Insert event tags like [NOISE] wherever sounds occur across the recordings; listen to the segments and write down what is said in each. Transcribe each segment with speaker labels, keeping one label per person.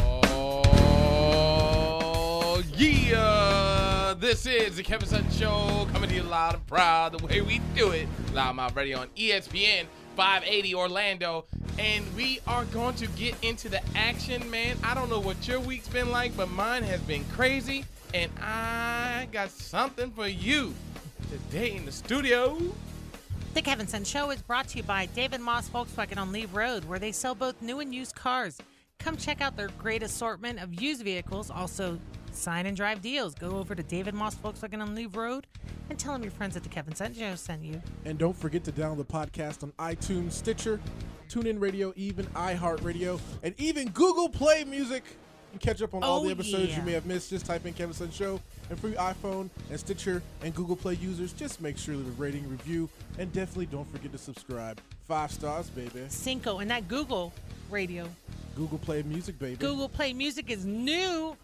Speaker 1: Oh, is the Kevin Sun Show coming to you loud and proud the way we do it. Loud Mouth Radio on E ESPN 580 Orlando. And we are going to get into the action, man. I don't know what your week's been like, but mine has been crazy. And I got something for you today in the studio.
Speaker 2: The Kevin Sun Show is brought to you by David Moss Volkswagen on Lee Road, where they sell both new and used cars. Come check out their great assortment of used vehicles, also sign and drive deals. Go over to David Moss Volkswagen on Lee Road and tell them your friends at the Kevin Sun Show sent you.
Speaker 3: And don't forget to download the podcast on iTunes, Stitcher, TuneIn Radio, even iHeartRadio, and even Google Play Music. You can catch up on all
Speaker 2: Oh,
Speaker 3: the episodes
Speaker 2: yeah.
Speaker 3: you may have missed. Just type in Kevin Sun Show. And for you iPhone and Stitcher and Google Play users, just make sure to rating, review, and definitely don't forget to subscribe. Five stars, baby.
Speaker 2: Cinco and that Google radio.
Speaker 3: Google Play Music, baby.
Speaker 2: Google Play Music is new.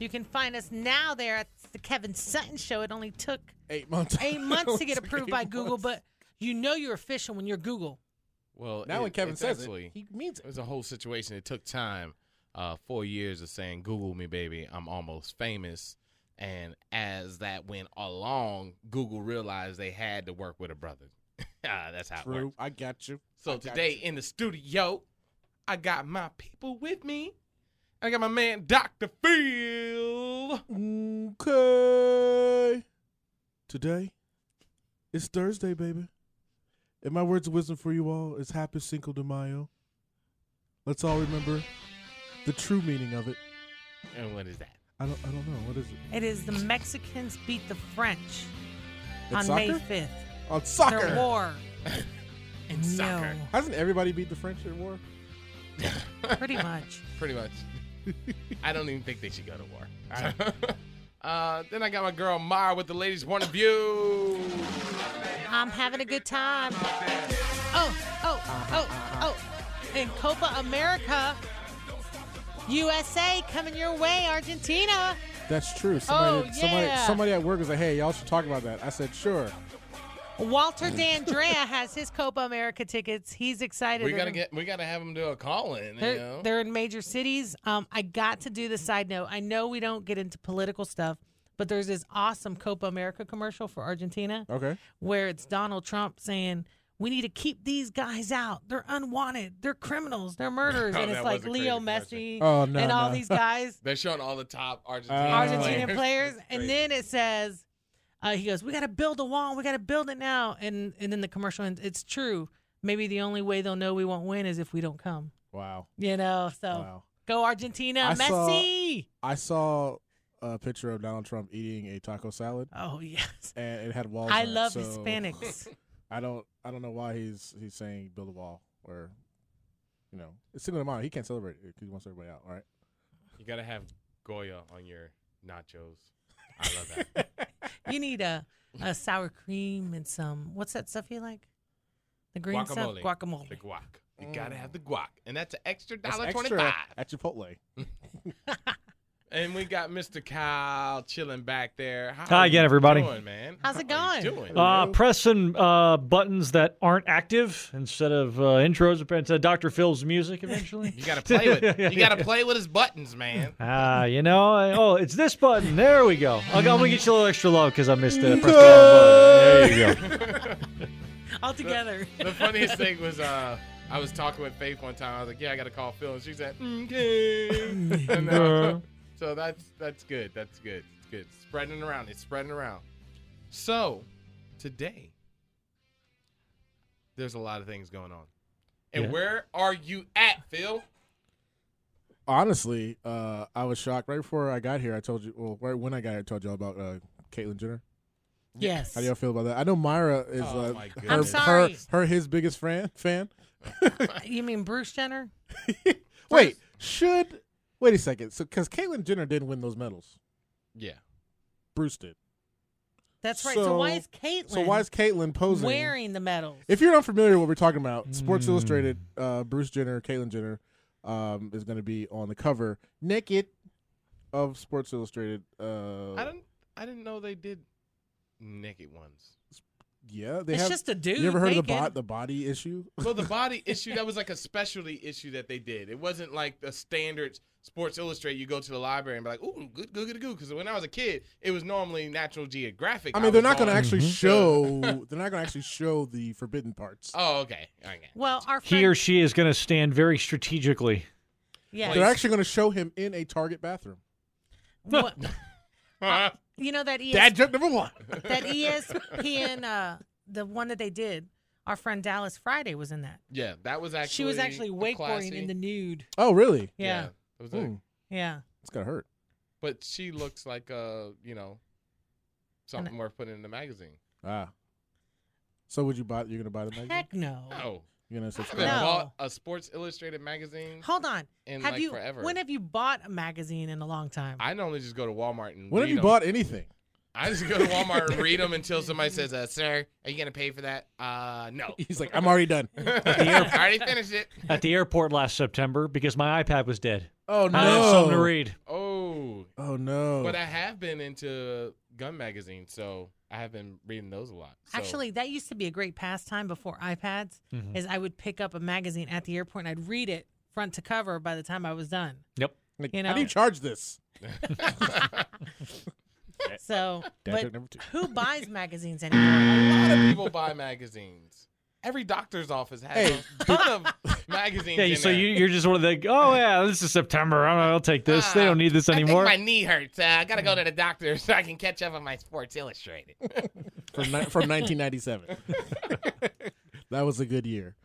Speaker 2: You can find us now there at the Kevin Sutton Show. It only took
Speaker 3: Eight months. [LAUGHS]
Speaker 2: eight months to get
Speaker 3: Took
Speaker 2: approved
Speaker 3: eight
Speaker 2: by Google,
Speaker 3: months.
Speaker 2: but you know you're official when you're Google.
Speaker 1: Well,
Speaker 3: now
Speaker 1: it-
Speaker 3: when Kevin
Speaker 1: it's
Speaker 3: says
Speaker 1: actually-
Speaker 3: it, he means it.
Speaker 1: It was a whole situation. It took time, uh, four years of saying, Google me, baby. I'm almost famous. And as that went along, Google realized they had to work with a brother. [LAUGHS] Ah, That's how it
Speaker 3: True.
Speaker 1: works.
Speaker 3: I got you.
Speaker 1: So
Speaker 3: I got
Speaker 1: today
Speaker 3: you.
Speaker 1: in the studio, I got my people with me. I got my man, Dr. Phil.
Speaker 3: Okay. Today, it's Thursday, baby. And my words of wisdom for you all is happy Cinco de Mayo. Let's all remember the true meaning of it.
Speaker 1: And what is that?
Speaker 3: I don't, I don't know. What is it?
Speaker 2: It is the Mexicans beat the French
Speaker 3: It's
Speaker 2: on
Speaker 3: soccer?
Speaker 2: May 5th.
Speaker 3: On
Speaker 2: Their
Speaker 3: soccer. [LAUGHS]
Speaker 2: war.
Speaker 1: In soccer.
Speaker 3: Hasn't everybody beat the French in war?
Speaker 2: No, [LAUGHS] pretty much.
Speaker 1: Pretty
Speaker 3: [LAUGHS]
Speaker 1: much. I don't even think they should go to war. [LAUGHS] uh, then I got my girl, Mara, with the ladies' point of view.
Speaker 2: I'm having a good
Speaker 3: [LAUGHS]
Speaker 2: time. Oh, oh, oh, oh. In Copa America, USA coming your way, Argentina.
Speaker 3: That's true. Somebody,
Speaker 2: Oh,
Speaker 3: somebody,
Speaker 2: yeah.
Speaker 3: somebody at work was like, "Hey, y'all should talk about that." I said, "Sure." [LAUGHS]
Speaker 2: Walter Dandrea has his Copa America tickets. He's excited.
Speaker 1: We
Speaker 2: They're
Speaker 1: gotta
Speaker 2: gonna-
Speaker 1: get. We gotta have him do a call in. You
Speaker 2: They're,
Speaker 1: know?
Speaker 2: they're in major cities. Um, I got to do the side note. I know we don't get into political stuff, but there's this awesome Copa America commercial for Argentina
Speaker 3: Okay.
Speaker 2: where it's Donald Trump saying, "We need to keep these guys out. They're unwanted. They're criminals. They're
Speaker 1: [LAUGHS]
Speaker 2: murderers."
Speaker 1: Oh,
Speaker 2: and it's
Speaker 1: that was
Speaker 2: like
Speaker 1: a crazy
Speaker 2: Leo
Speaker 1: commercial.
Speaker 2: Messi
Speaker 3: Oh, no,
Speaker 2: and all
Speaker 3: no.
Speaker 2: these guys,
Speaker 1: [LAUGHS] They're showing all the top Argentina
Speaker 3: Uh,
Speaker 2: Argentina
Speaker 1: players.
Speaker 2: players.
Speaker 1: Oh, It's
Speaker 2: And
Speaker 1: crazy.
Speaker 2: then it says, uh, "He goes, we got to build a wall. We got to build it now." And and then the commercial ends. It's true. Maybe the only way they'll know we won't win is if we don't come.
Speaker 3: Wow.
Speaker 2: You know, so
Speaker 3: Wow.
Speaker 2: go Argentina,
Speaker 3: I saw-
Speaker 2: Messi.
Speaker 3: I saw a picture of Donald Trump eating a taco salad,
Speaker 2: Oh [LAUGHS] yes,
Speaker 3: and it had walls.
Speaker 2: I
Speaker 3: on it,
Speaker 2: love
Speaker 3: so-
Speaker 2: Hispanics.
Speaker 3: I don't I don't know why he's he's saying build a wall or you know it's single amount. He can't celebrate it 'cause he wants everybody out. All right.
Speaker 1: you gotta have Goya on your nachos. I love that.
Speaker 2: you need a, a sour cream and some what's that stuff you like? The green stuff,
Speaker 1: Guacamole. [LAUGHS]
Speaker 2: guacamole.
Speaker 1: the guac. You
Speaker 3: Mm.
Speaker 1: gotta have the guac, and that's an extra
Speaker 3: That's
Speaker 1: dollar
Speaker 3: extra
Speaker 1: twenty-five.
Speaker 3: at Chipotle.
Speaker 1: And we got Mr. Kyle chilling back there. How
Speaker 4: Hi
Speaker 1: are
Speaker 4: again,
Speaker 1: you
Speaker 4: everybody.
Speaker 1: doing, man?
Speaker 2: How's it
Speaker 1: How are you
Speaker 2: going?
Speaker 1: doing?
Speaker 4: Uh,
Speaker 3: Hello.
Speaker 4: pressing uh, buttons that aren't active instead of uh, intros instead of Dr. Phil's music eventually.
Speaker 1: [LAUGHS] you
Speaker 4: [LAUGHS]
Speaker 1: gotta play with. You gotta play with his buttons, man.
Speaker 4: Ah, you know, I- oh, it's this button. There we go. I'll, I'm gonna get you a little extra love because I missed it. I pressed the wrong button. There you go.
Speaker 2: [LAUGHS] All together.
Speaker 1: The funniest thing was uh, I was talking with Faith one time. I was like, "Yeah, I gotta call Phil," and she said, "Mm,
Speaker 4: [LAUGHS]
Speaker 1: "Okay." And, uh, so that's that's good. That's good. It's good. Spreading it around. It's spreading around. So today, there's a lot of things going on. And
Speaker 4: Yeah.
Speaker 1: where are you at, Phil?
Speaker 3: [LAUGHS] Honestly, uh, I was shocked right before I got here. I told you well right when I got here, I told y'all about uh, Caitlyn Jenner.
Speaker 2: yes.
Speaker 3: How do y'all feel about that? I know Myra is
Speaker 1: Oh,
Speaker 3: uh,
Speaker 1: my
Speaker 3: her,
Speaker 1: goodness. I'm
Speaker 2: sorry.
Speaker 3: her her his biggest fan fan.
Speaker 2: Uh, you mean Bruce Jenner?
Speaker 3: Wait, should wait a second. So because Caitlyn Jenner didn't win those medals,
Speaker 1: Yeah.
Speaker 3: Bruce did.
Speaker 2: That's right. So, why
Speaker 3: So-
Speaker 2: is Caitlyn
Speaker 3: So why is Caitlyn posing?
Speaker 2: wearing the medals?
Speaker 3: If you're unfamiliar with what we're talking about, Sports
Speaker 4: Mm.
Speaker 3: Illustrated, uh, Bruce Jenner, Caitlyn Jenner um, is going to be on the cover naked of Sports Illustrated. Uh,
Speaker 1: I don't. I didn't know they did naked ones.
Speaker 3: Yeah, they
Speaker 2: It's
Speaker 3: have.
Speaker 2: just a dude
Speaker 3: You ever heard of the
Speaker 2: naked.
Speaker 3: bot, the body issue?
Speaker 1: Well, the body issue that was like a specialty issue that they did. It wasn't like the standard Sports Illustrated. You go to the library and be like, "Ooh, good, good, good, good." Because when I was a kid, it was normally Natural Geographic.
Speaker 3: I mean, they're
Speaker 1: was
Speaker 3: not going to
Speaker 1: on.
Speaker 3: actually
Speaker 4: Mhm.
Speaker 3: show.
Speaker 2: [LAUGHS]
Speaker 3: They're not going to actually show the forbidden parts.
Speaker 1: Oh, okay. okay. [LAUGHS]
Speaker 2: Well, our friend,
Speaker 4: He or she is going to stand very strategically.
Speaker 2: yes.
Speaker 3: They're actually going to show him in a Target bathroom. [LAUGHS]
Speaker 2: What-
Speaker 1: Huh?
Speaker 2: you know that E ES,
Speaker 3: Dad joke number one.
Speaker 2: that ESPN, uh, the one that they did. Our friend Dallas Friday was in that.
Speaker 1: Yeah, that was actually.
Speaker 2: she was actually wakeboarding
Speaker 1: classy-
Speaker 2: in the nude.
Speaker 3: Oh, really?
Speaker 2: Yeah,
Speaker 1: it was a-
Speaker 3: Mm,
Speaker 2: yeah.
Speaker 3: it's gonna hurt.
Speaker 1: but she looks like uh, you know, something worth putting in the magazine.
Speaker 3: Ah. So would you buy? You're gonna buy the magazine?
Speaker 2: Heck no.
Speaker 1: Oh,
Speaker 3: You're gonna
Speaker 1: I haven't
Speaker 3: subscribe?
Speaker 2: No.
Speaker 1: bought a Sports Illustrated magazine
Speaker 2: Hold on.
Speaker 1: in
Speaker 2: have
Speaker 1: like
Speaker 2: you?
Speaker 1: forever.
Speaker 2: When have you bought a magazine in a long time?
Speaker 1: I normally just go to Walmart and.
Speaker 3: When have
Speaker 1: read
Speaker 3: you
Speaker 1: 'em.
Speaker 3: bought anything?
Speaker 1: I just go to Walmart and read them until somebody says, uh, "Sir, are you gonna pay for that?" Uh,
Speaker 3: [LAUGHS]
Speaker 1: no.
Speaker 3: [LAUGHS] He's like, I'm already done.
Speaker 1: [LAUGHS] I already finished
Speaker 3: [LAUGHS]
Speaker 1: it.
Speaker 4: At the airport last September because my iPad was dead.
Speaker 3: Oh
Speaker 4: I didn't have something to
Speaker 3: no.
Speaker 4: read.
Speaker 1: Oh,
Speaker 3: Oh no.
Speaker 1: but I have been into gun magazines, so I have been reading those a lot. So-
Speaker 2: Actually, that used to be a great pastime before iPads.
Speaker 3: Hmm.
Speaker 4: Mhm.
Speaker 2: Is I would pick up a magazine at the airport and I'd read it front to cover by the time I was done.
Speaker 4: Yep.
Speaker 3: Like,
Speaker 2: you
Speaker 3: how
Speaker 2: know.
Speaker 3: do you charge this?
Speaker 2: So,
Speaker 3: Eh, Dad
Speaker 2: but
Speaker 3: joke number two. [LAUGHS]
Speaker 2: who buys magazines anymore?
Speaker 1: a lot of
Speaker 4: Mm.
Speaker 1: people buy magazines. Every doctor's office has
Speaker 3: Hey,
Speaker 1: a ton of [LAUGHS] magazines.
Speaker 4: Yeah,
Speaker 1: in
Speaker 4: so
Speaker 1: there.
Speaker 4: you, you're just one of the, oh, yeah, this is September. I don't know, I'll take this. they don't need this anymore.
Speaker 1: Ah,
Speaker 4: Mm.
Speaker 1: I think my knee hurts. Uh, I gotta go to the doctor [LAUGHS] so I can catch up on my Sports Illustrated. [LAUGHS]
Speaker 3: From ni-
Speaker 2: [LAUGHS]
Speaker 3: from 1997. [LAUGHS] that was a good year.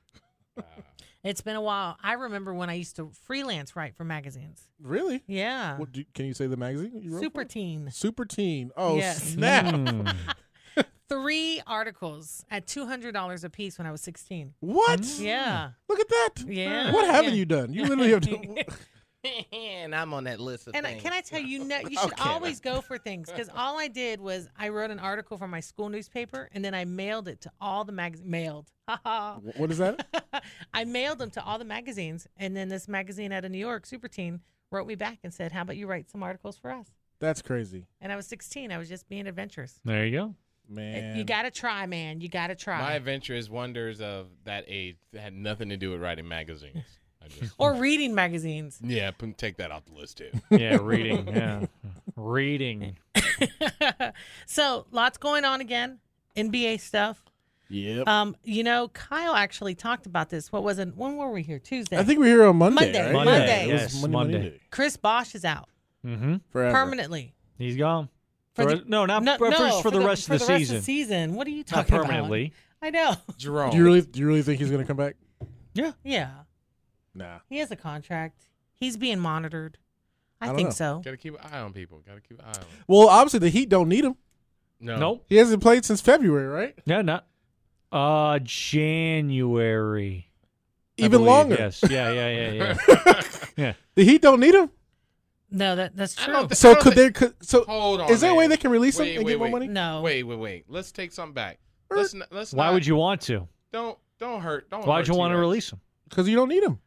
Speaker 2: It's been a while. I remember when I used to freelance write for magazines.
Speaker 3: Really?
Speaker 2: Yeah.
Speaker 3: What do, can you say the magazine? You wrote
Speaker 2: Uh, Super
Speaker 3: for?
Speaker 2: Teen.
Speaker 3: Super Teen. Oh
Speaker 2: Yes.
Speaker 3: snap!
Speaker 4: Mm.
Speaker 2: Three articles at $200 a piece when I was 16.
Speaker 3: What?
Speaker 2: Mm-hmm. Yeah.
Speaker 3: Look at that.
Speaker 2: Yeah.
Speaker 3: Hmm. What haven't
Speaker 2: Yeah.
Speaker 3: you done? You literally have done.
Speaker 2: [LAUGHS]
Speaker 1: and I'm on that list of
Speaker 2: And I,
Speaker 1: things.
Speaker 2: can I tell you, no,
Speaker 3: [LAUGHS]
Speaker 2: you should
Speaker 3: Okay.
Speaker 2: always go for things
Speaker 3: [LAUGHS]
Speaker 2: because all I did was I wrote an article for my school newspaper and then I mailed it to all the magazines. Mailed. [LAUGHS] Ha ha.
Speaker 3: Wh- What is that?
Speaker 2: I mailed them to all the magazines. And then this magazine out of New York, Super Teen, wrote me back and said, How about you write some articles for us?
Speaker 3: That's crazy,
Speaker 2: And I was 16. I was just being adventurous.
Speaker 4: there you go.
Speaker 3: man.
Speaker 2: You got to try, man. You got to try.
Speaker 1: My adventurous wonders of that age had nothing to do with writing magazines. I just,
Speaker 4: [LAUGHS]
Speaker 2: or reading magazines. [LAUGHS]
Speaker 1: yeah, p- take that off the list too. [LAUGHS]
Speaker 4: Yeah, reading. Yeah. reading.
Speaker 2: so lots going on again. NBA stuff.
Speaker 3: Yep.
Speaker 2: Um, you know, Kyle actually talked about this. What was it? When were we here? Tuesday.
Speaker 3: I think we're here on Monday.
Speaker 2: Monday,
Speaker 3: right?
Speaker 2: Monday, Monday.
Speaker 3: It was
Speaker 4: yes,
Speaker 3: Monday,
Speaker 4: Monday.
Speaker 3: Monday.
Speaker 2: Chris Bosch is out
Speaker 4: Mm-hmm.
Speaker 3: Forever.
Speaker 2: permanently.
Speaker 4: He's gone.
Speaker 2: For
Speaker 4: For
Speaker 2: the-
Speaker 4: no, not
Speaker 2: No,
Speaker 4: for,
Speaker 2: no,
Speaker 4: for, the rest
Speaker 2: for
Speaker 4: of the,
Speaker 2: rest
Speaker 4: season.
Speaker 2: of the season. What are you
Speaker 4: Not
Speaker 2: talking about?
Speaker 4: permanently.
Speaker 2: I know.
Speaker 1: Jerome,
Speaker 3: Do you really? Do you really think he's gonna come back?
Speaker 2: Yeah,
Speaker 3: [LAUGHS] Nah.
Speaker 2: he has a contract. He's being monitored. I,
Speaker 3: I don't
Speaker 2: think
Speaker 3: know.
Speaker 2: so.
Speaker 1: gotta keep an eye on people. Gotta keep an eye on. 'em.
Speaker 3: Well, obviously the Heat don't need him.
Speaker 1: No,
Speaker 4: Nope.
Speaker 3: He hasn't played since February, right?
Speaker 4: No, not. Uh, January. I
Speaker 3: Even
Speaker 4: believe,
Speaker 3: longer.
Speaker 4: Yes. Yeah, yeah, yeah,
Speaker 1: [LAUGHS]
Speaker 4: yeah.
Speaker 3: The Heat don't need him.
Speaker 2: No, that that's
Speaker 1: I
Speaker 2: true.
Speaker 1: don't think-
Speaker 3: So could they? Could, so
Speaker 1: Hold on.
Speaker 3: is there a way
Speaker 1: man.
Speaker 3: they can release
Speaker 1: Wait,
Speaker 3: him and
Speaker 1: wait,
Speaker 3: get more
Speaker 1: wait.
Speaker 3: money?
Speaker 2: no,
Speaker 1: Wait, wait, wait. Let's take something back. Let's n- let's.
Speaker 4: Why
Speaker 1: not-
Speaker 4: would you want to?
Speaker 1: Don't don't hurt. Don't.
Speaker 4: Why
Speaker 1: hurt
Speaker 4: would you want to
Speaker 1: T-Rex.
Speaker 4: release him?
Speaker 3: Because you don't need him.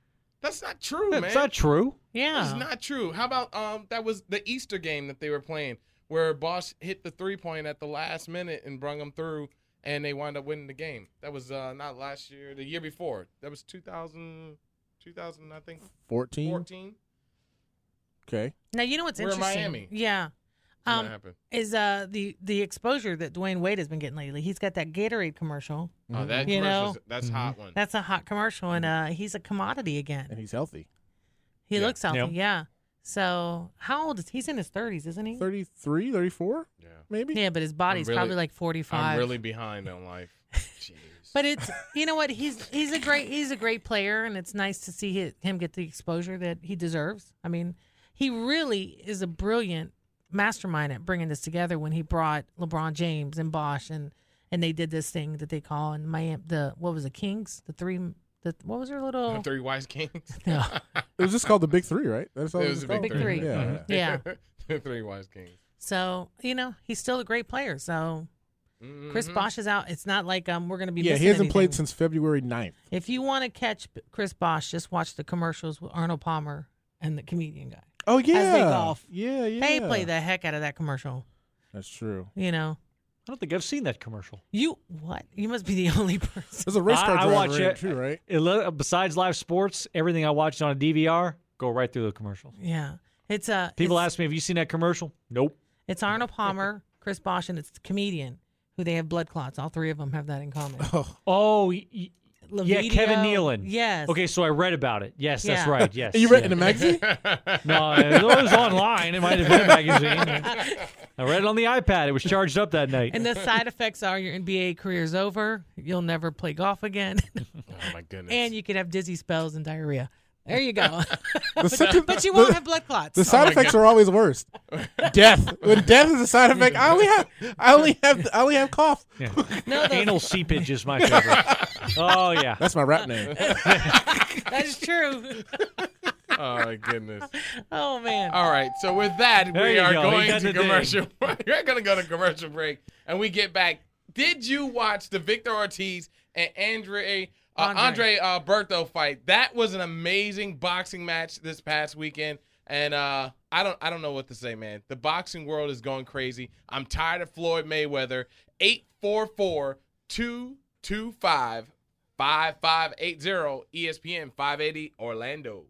Speaker 1: That's not true, man.
Speaker 4: That's not true.
Speaker 2: yeah,
Speaker 1: It's not true. How about um that was the Easter game that they were playing where Bosch hit the three point at the last minute and brung them through and they wound up winning the game. That was uh not last year, the year before. That was 2000 2000 I think
Speaker 3: 14?
Speaker 1: 14.
Speaker 3: Okay.
Speaker 2: Now you know what's
Speaker 1: We're in
Speaker 2: interesting.
Speaker 1: Miami.
Speaker 2: Yeah.
Speaker 1: When
Speaker 2: Um,
Speaker 1: that happened.
Speaker 2: is uh the the exposure that Dwayne Wade has been getting lately. He's got that Gatorade commercial.
Speaker 3: Mm-hmm.
Speaker 1: Oh, that
Speaker 2: You
Speaker 1: commercial's-
Speaker 2: know-
Speaker 1: that's
Speaker 4: Mhm.
Speaker 1: hot one.
Speaker 2: That's a hot commercial, and uh he's a commodity
Speaker 3: And
Speaker 2: again.
Speaker 3: he's healthy.
Speaker 2: He
Speaker 1: Yeah.
Speaker 2: looks healthy,
Speaker 4: Yep.
Speaker 2: yeah. So how old is he's in his thirties, isn't he?
Speaker 3: 33, 34,
Speaker 1: yeah.
Speaker 3: maybe?
Speaker 2: Yeah, but his body's
Speaker 1: really-
Speaker 2: probably like forty
Speaker 1: I'm
Speaker 2: five.
Speaker 1: really behind on
Speaker 2: [LAUGHS]
Speaker 1: life. Jeez.
Speaker 2: but it's you know what he's he's a great he's a great player, and it's nice to see hi- him get the exposure that he deserves. I mean, he really is a brilliant mastermind at bringing this together when he brought LeBron James and Bosch and and they did this thing that they call in Miami the what was it Kings the three the what was their little
Speaker 1: Three wise kings.
Speaker 2: No.
Speaker 3: It was just called the Big Three, right? That's all
Speaker 1: It
Speaker 3: it
Speaker 1: was
Speaker 3: was
Speaker 1: the Big Uh-huh.
Speaker 3: called?
Speaker 2: Three. Big Three.
Speaker 3: Yeah.
Speaker 4: Mhm.
Speaker 2: [LAUGHS] yeah
Speaker 1: [LAUGHS] The three wise kings.
Speaker 2: so you know he's still a great player so Chris
Speaker 1: Mhm.
Speaker 2: Bosch is out it's not like um we're gonna be
Speaker 3: Yeah, he
Speaker 2: missing
Speaker 3: hasn't
Speaker 2: anything.
Speaker 3: played since February 9th.
Speaker 2: if you want to catch P- Chris Bosch just watch the commercials with Arnold Palmer and the comedian guy
Speaker 3: Oh, yeah.
Speaker 2: golf.
Speaker 3: Yeah, yeah.
Speaker 2: They play the heck out of that commercial.
Speaker 3: That's true.
Speaker 2: You know,
Speaker 4: I don't think I've seen that commercial.
Speaker 2: You what? You must be the [LAUGHS] only person.
Speaker 3: There's a race
Speaker 4: I-
Speaker 3: car
Speaker 4: I
Speaker 3: driver
Speaker 4: watch
Speaker 3: in
Speaker 4: it.
Speaker 3: too, right?
Speaker 4: It, le- besides live sports, everything I watched on a DVR go right through the commercial.
Speaker 2: Yeah, it's uh,
Speaker 4: People
Speaker 2: it's,
Speaker 4: ask me, "Have you seen that commercial?" Nope.
Speaker 2: It's Arnold Palmer, Chris Bosch, and it's the comedian who they have blood clots. All three of them have that in common.
Speaker 4: Oh, y- y- yeah, Kevin
Speaker 2: Levidio-
Speaker 4: Nealon.
Speaker 2: Yes.
Speaker 4: Okay, so I read about it. Yes, that's
Speaker 2: Yeah.
Speaker 4: right.
Speaker 3: [LAUGHS]
Speaker 4: Yes,
Speaker 3: You read it in
Speaker 4: yeah.
Speaker 3: a magazine?
Speaker 4: No, it was online. It might have been a magazine. I read it on the iPad. It was charged up that night.
Speaker 2: And the side effects are your NBA career's over. You'll never play golf again, [LAUGHS]
Speaker 1: Oh my goodness.
Speaker 2: and you could have dizzy spells and diarrhea. There you
Speaker 4: [LAUGHS]
Speaker 2: go.
Speaker 3: The second-
Speaker 2: but you won't
Speaker 3: the-
Speaker 2: have Oh blood clots.
Speaker 3: The side effects are always worst. death. When death is a side effect, I only have, I only have, I only have cough.
Speaker 2: no, those-
Speaker 4: Anal seepage is my favorite. oh yeah.
Speaker 3: That's my rap name.
Speaker 2: that [LAUGHS] is true.
Speaker 1: oh my goodness.
Speaker 2: Oh man.
Speaker 1: All right. So with that,
Speaker 4: There
Speaker 1: we
Speaker 4: you
Speaker 1: are
Speaker 4: go. He
Speaker 1: going
Speaker 4: got
Speaker 1: to
Speaker 4: the ding.
Speaker 1: commercial. [LAUGHS] We're going to go to commercial break, and we get back. Did you watch the Victor Ortiz and Andre uh,
Speaker 2: Andre.
Speaker 1: Andre uh, Berto fight? That was an amazing boxing match this past weekend, and uh, I don't I don't know what to say, man. The boxing world is going crazy. I'm tired of Floyd Mayweather. 844 225 5580 ESPN 580 Orlando.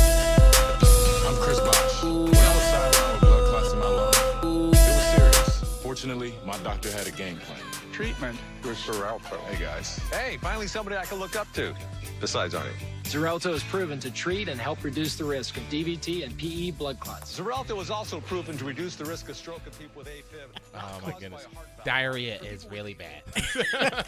Speaker 5: I'm Chris Bosch. When I was sidelined with blood clots in my lung, it was serious. Fortunately, my doctor had a game plan.
Speaker 6: treatment with Seralto.
Speaker 5: Hey guys. Hey, finally somebody I can look up to. Besides Arnie.
Speaker 7: Xarelto is proven to treat and help reduce the risk of DVT and PE blood clots.
Speaker 5: Xarelto was also proven to reduce the risk of stroke in people with AFib.
Speaker 1: Oh my goodness. Diarrhea is really bad.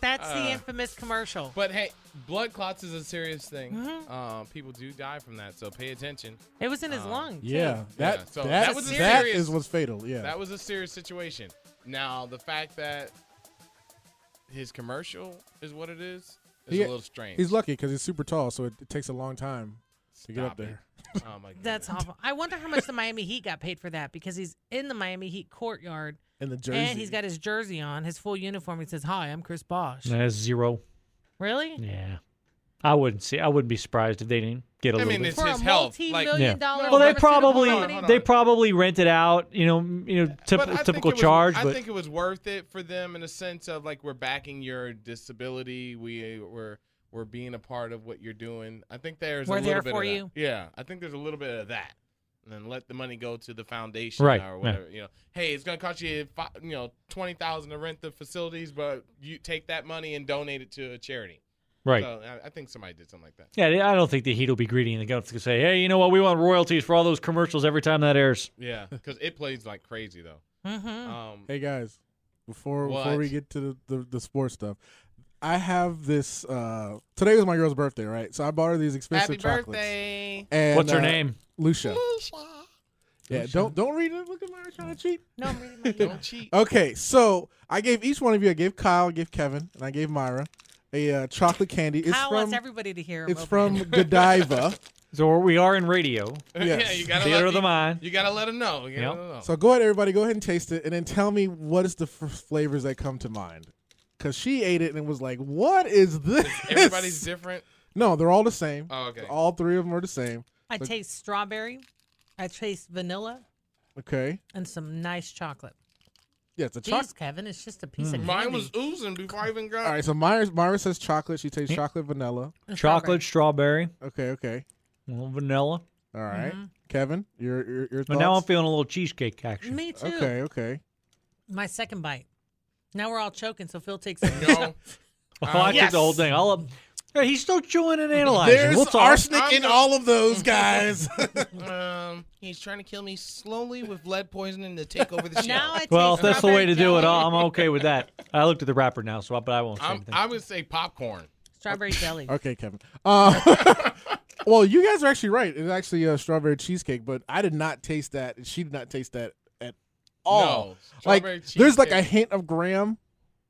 Speaker 2: That's the infamous commercial.
Speaker 1: but hey, blood clots is a serious thing.
Speaker 3: Mm-hmm.
Speaker 1: Uh, people do die from that, so pay attention.
Speaker 2: It was in his lung. too.
Speaker 3: Yeah, that
Speaker 1: Yeah, so
Speaker 3: that,
Speaker 1: that was
Speaker 3: that
Speaker 1: serious.
Speaker 3: is what's fatal. Yeah,
Speaker 1: That was a serious situation. Now, the fact that his commercial is what it is is
Speaker 3: He-
Speaker 1: a little strange.
Speaker 3: he's lucky because he's super tall, so it, it takes a long time to get
Speaker 1: Stop
Speaker 3: up there.
Speaker 1: it. Oh my goodness.
Speaker 2: That's awful. I wonder how much the Miami Heat got paid for that because he's in the Miami Heat courtyard
Speaker 3: And the jersey.
Speaker 2: and he's got his jersey on, his full uniform. He says, "Hi, I'm Chris Bosch."
Speaker 4: Nah, zero.
Speaker 2: Really?
Speaker 4: Yeah. I wouldn't see. I wouldn't be surprised if they didn't get a
Speaker 1: I
Speaker 4: little
Speaker 1: mean,
Speaker 4: bit.
Speaker 1: it's
Speaker 2: For
Speaker 1: his
Speaker 2: a
Speaker 1: health.
Speaker 2: multi-million
Speaker 1: Like,
Speaker 4: Yeah.
Speaker 2: dollar
Speaker 4: Well, they
Speaker 2: pharmaceutical
Speaker 4: probably
Speaker 1: Hold on, hold on.
Speaker 4: they probably rent it out. You know, m- you know,
Speaker 1: But I
Speaker 4: typical
Speaker 1: think
Speaker 4: typical
Speaker 1: it was-
Speaker 4: charge.
Speaker 1: I
Speaker 4: but
Speaker 1: think it was worth it for them in the sense of like we're backing your disability. We uh, we're we're being a part of what you're doing. I think there's
Speaker 2: We're
Speaker 1: a little
Speaker 2: there
Speaker 1: bit
Speaker 2: for
Speaker 1: of that.
Speaker 2: you.
Speaker 1: Yeah, I think there's a little bit of that. And then let the money go to the foundation
Speaker 4: Right,
Speaker 1: or
Speaker 4: yeah.
Speaker 1: whatever. You know, hey, it's gonna cost you fi- you know twenty thousand to rent the facilities, but you take that money and donate it to a charity.
Speaker 4: right.
Speaker 1: So I, I think somebody did something like that.
Speaker 4: Yeah, I don't think the Heat will be greedy and they're going to say, "Hey, you know what? We want royalties for all those commercials every time that airs." [LAUGHS]
Speaker 1: Yeah, because it plays like crazy though.
Speaker 2: Mhm.
Speaker 1: Um,
Speaker 3: Hey guys, before
Speaker 1: What?
Speaker 3: before we get to the, the the sports stuff, I have this. uh Today was my girl's birthday, right? So I bought her these
Speaker 1: happy
Speaker 3: expensive chocolates.
Speaker 1: birthday!
Speaker 3: And,
Speaker 4: What's her
Speaker 3: uh,
Speaker 4: name?
Speaker 3: Lucia. Yeah, don't don't read it. Look at my trying to cheat.
Speaker 2: No, I'm reading
Speaker 1: [LAUGHS]
Speaker 2: my
Speaker 1: Don't cheat.
Speaker 3: Okay, so I gave each one of you. I gave Kyle, I gave Kevin, and I gave Myra a uh, chocolate candy. It's
Speaker 2: Kyle
Speaker 3: from
Speaker 2: wants everybody to hear him.
Speaker 3: it's
Speaker 2: open
Speaker 3: from
Speaker 2: it.
Speaker 3: [LAUGHS] Godiva.
Speaker 4: So we are in radio.
Speaker 1: yeah,
Speaker 3: yes.
Speaker 1: you gotta
Speaker 4: Theater
Speaker 1: let,
Speaker 4: of the
Speaker 1: you-
Speaker 4: mind.
Speaker 1: You gotta let them know. You gotta
Speaker 4: Yep.
Speaker 1: let 'em know.
Speaker 3: So go ahead, everybody. Go ahead and taste it, and then tell me what is the f- flavors that come to mind. Cause she ate it and was like, "What is this?"
Speaker 1: Everybody's different.
Speaker 3: no, they're all the same.
Speaker 1: Oh, okay.
Speaker 3: All three of them are the same.
Speaker 2: I taste strawberry, I taste vanilla,
Speaker 3: Okay.
Speaker 2: and some nice chocolate.
Speaker 3: Yeah, it's a
Speaker 2: Jeez,
Speaker 3: chocolate.
Speaker 2: Kevin, it's just a piece of
Speaker 1: Mine
Speaker 2: candy.
Speaker 1: was oozing before I even got.
Speaker 3: All right. So Myra, Myra says chocolate. She tastes chocolate vanilla.
Speaker 2: And strawberry.
Speaker 4: Chocolate, strawberry,
Speaker 3: Okay. Okay.
Speaker 4: a little vanilla.
Speaker 3: All right. Kevin, your your, your
Speaker 4: But
Speaker 3: thoughts.
Speaker 4: now I'm feeling a little cheesecake action. [LAUGHS]
Speaker 2: Me too.
Speaker 3: okay. Okay.
Speaker 2: My second bite. Now we're all choking, so Phil
Speaker 1: [LAUGHS]
Speaker 2: takes it.
Speaker 1: No,
Speaker 4: Oh, I took the whole thing. I'll up. Hey, he's still chewing and analyzing. we'll talk.
Speaker 1: I'm not-
Speaker 3: of those [LAUGHS] guys.
Speaker 1: um, he's trying to kill me slowly with lead poisoning to take over
Speaker 2: [LAUGHS]
Speaker 1: the show.
Speaker 2: [LAUGHS] Now I taste
Speaker 4: well, if that's the way
Speaker 2: strawberry
Speaker 4: to do it,
Speaker 2: jelly-
Speaker 4: I'll- I'm okay with that. I looked at the wrapper now, so I, but I won't say
Speaker 1: I'm,
Speaker 4: anything.
Speaker 1: I would say popcorn.
Speaker 2: Strawberry jelly.
Speaker 3: okay, Kevin. Uh, [LAUGHS] well, you guys are actually right. It's actually a strawberry cheesecake, but I did not taste that. and She did not taste that at all.
Speaker 1: No,
Speaker 3: like
Speaker 1: strawberry
Speaker 3: there's like a
Speaker 1: cheesecake.
Speaker 3: hint of graham,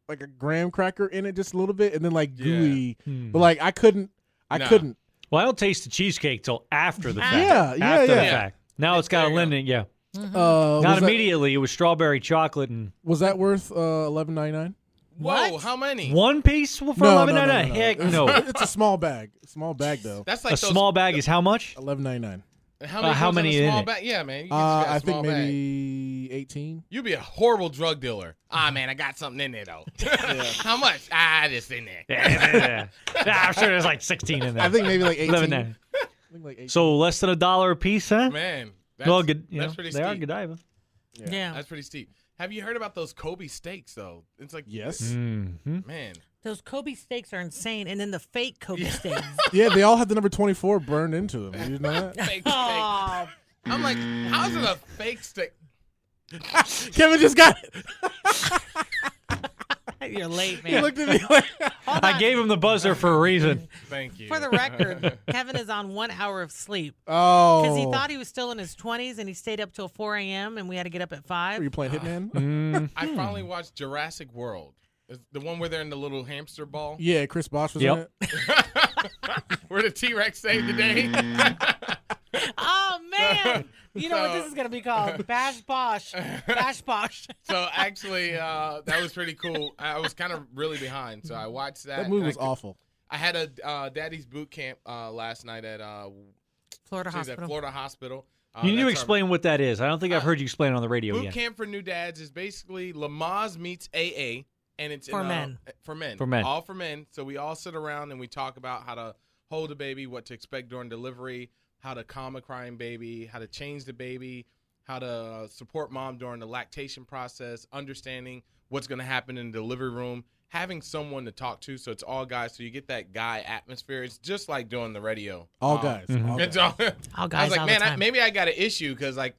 Speaker 3: like a graham cracker in it, just a little bit, and then like
Speaker 1: Yeah.
Speaker 3: gooey.
Speaker 4: Hmm.
Speaker 3: But like I couldn't. I
Speaker 1: Nah.
Speaker 3: couldn't.
Speaker 4: well, I don't taste the cheesecake till after the fact.
Speaker 3: Yeah, yeah,
Speaker 4: after the
Speaker 1: yeah.
Speaker 4: fact. Now it's got
Speaker 1: There
Speaker 4: a
Speaker 1: you go.
Speaker 4: linen. Yeah,
Speaker 3: Uh, was
Speaker 4: not
Speaker 3: that-
Speaker 4: immediately. It was strawberry chocolate and
Speaker 3: Was that worth uh, eleven ninety nine?
Speaker 1: Whoa,
Speaker 2: What?
Speaker 1: how many?
Speaker 4: One piece for
Speaker 3: No,
Speaker 4: eleven
Speaker 3: no, no,
Speaker 4: ninety nine?
Speaker 3: no, no. [LAUGHS]
Speaker 4: Heck no.
Speaker 3: it's a small bag. Small bag though.
Speaker 1: That's like
Speaker 4: A
Speaker 1: those,
Speaker 4: small bag is
Speaker 3: [LAUGHS]
Speaker 4: how much?
Speaker 3: Eleven ninety nine.
Speaker 1: How many?
Speaker 4: uh, how
Speaker 1: goes
Speaker 4: many
Speaker 1: in
Speaker 4: in
Speaker 1: a small
Speaker 4: it?
Speaker 1: bag? Yeah, man. You can
Speaker 3: Uh,
Speaker 1: just get a
Speaker 3: I
Speaker 1: small
Speaker 3: think
Speaker 1: bag.
Speaker 3: maybe eighteen.
Speaker 1: You'd be a horrible drug dealer. Ah, [LAUGHS] man, I got something in there though. [LAUGHS] How much? Ah, just in there.
Speaker 4: Yeah, yeah, yeah. Nah, I'm sure there's like sixteen in there.
Speaker 3: I think maybe
Speaker 4: [LAUGHS]
Speaker 3: like eighteen.
Speaker 4: eleven ninety.
Speaker 3: I think like 18.
Speaker 4: So less than a dollar a piece, huh?
Speaker 1: Man, that's,
Speaker 4: well, good. You
Speaker 1: that's
Speaker 4: know,
Speaker 1: pretty
Speaker 4: they are
Speaker 1: steep.
Speaker 4: Godiva.
Speaker 2: Yeah.
Speaker 1: That's pretty steep. Have you heard about those Kobe steaks though? It's like
Speaker 3: yes.
Speaker 4: Mm-hmm.
Speaker 1: man.
Speaker 2: Those Kobe steaks are insane. And then the fake Kobe steaks.
Speaker 3: yeah, they all have the number twenty four burned into them. You know
Speaker 2: [LAUGHS]
Speaker 3: that?
Speaker 1: [LAUGHS] Fake steak.
Speaker 2: oh,
Speaker 1: I'm like, how's
Speaker 3: Mm.
Speaker 1: it a fake steak?
Speaker 3: Kevin just got it.
Speaker 2: you're late, man.
Speaker 3: He looked at me
Speaker 2: [LAUGHS]
Speaker 3: like
Speaker 4: I gave him the buzzer for a
Speaker 1: [LAUGHS]
Speaker 4: reason.
Speaker 1: Thank you.
Speaker 2: For the
Speaker 1: [LAUGHS]
Speaker 2: record, Kevin is on one hour of sleep
Speaker 3: Oh
Speaker 2: because he thought he was still in his 20s and he stayed up till 4 a.m. and we had to get up at 5.
Speaker 3: Were you
Speaker 2: [LAUGHS]
Speaker 3: playing Hitman?
Speaker 2: Mm-hmm.
Speaker 4: Mm.
Speaker 1: I
Speaker 3: Hmm.
Speaker 1: finally watched Jurassic World. It's The one where they're in the little hamster ball,
Speaker 3: yeah, Chris Bosch was in
Speaker 4: Yep.
Speaker 3: it.
Speaker 1: where the T Rex saved the
Speaker 3: Mm.
Speaker 1: day.
Speaker 2: Oh man!
Speaker 1: [LAUGHS]
Speaker 2: You know what
Speaker 1: So-
Speaker 2: this is gonna
Speaker 1: [LAUGHS]
Speaker 2: be called? Bash Bosh. Bash Bosh.
Speaker 1: [LAUGHS] So actually, uh, that was pretty cool. I was kind of really behind, so I watched that.
Speaker 3: That movie
Speaker 1: and I
Speaker 3: was
Speaker 1: could-
Speaker 3: awful.
Speaker 1: I had a uh, daddy's boot camp uh, last night at uh,
Speaker 2: Florida
Speaker 1: geez, at
Speaker 2: Hospital.
Speaker 1: Florida Hospital. Uh,
Speaker 4: you need
Speaker 1: that's Uh,
Speaker 4: to
Speaker 1: our-
Speaker 4: explain what that is. I don't think I've heard you explain it on the radio
Speaker 1: Boot
Speaker 4: yet.
Speaker 1: camp for new dads is basically Lamaze meets AA, and it's
Speaker 2: For
Speaker 1: in, uh,
Speaker 2: men.
Speaker 1: for men,
Speaker 4: For men.
Speaker 1: all for men. So we all sit around and we talk about how to hold a baby, what to expect during delivery, how to calm a crying baby, how to change the baby, how to uh, support mom during the lactation process, understanding what's going to happen in the delivery room, having someone to talk to. So it's all guys, so you get that guy atmosphere. It's just like doing the radio.
Speaker 3: All
Speaker 1: Um,
Speaker 3: guys.
Speaker 2: Mm-hmm.
Speaker 1: [LAUGHS]
Speaker 3: all
Speaker 1: it's
Speaker 3: guys.
Speaker 1: all-
Speaker 2: All
Speaker 1: I
Speaker 2: guys
Speaker 1: was like,
Speaker 2: all
Speaker 1: man,
Speaker 2: the
Speaker 1: I,
Speaker 2: time.
Speaker 1: maybe I got an issue because like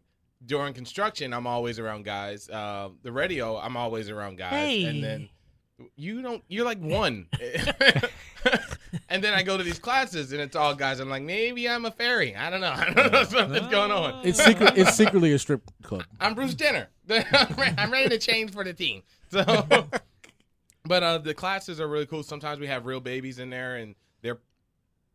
Speaker 1: during construction, I'm always around guys. Uh, the radio, I'm always around guys,
Speaker 2: Hey.
Speaker 1: and then you don't. You're like
Speaker 2: [LAUGHS]
Speaker 1: one, and then I go to these classes, and it's all guys. I'm like, maybe I'm a fairy. I don't know. I don't know something's going on.
Speaker 3: It's secret. It's secretly a strip club.
Speaker 1: I'm Bruce Jenner. [LAUGHS] I'm re- I'm ready to change for the team. So, but uh, the classes are really cool. Sometimes we have real babies in there, and they're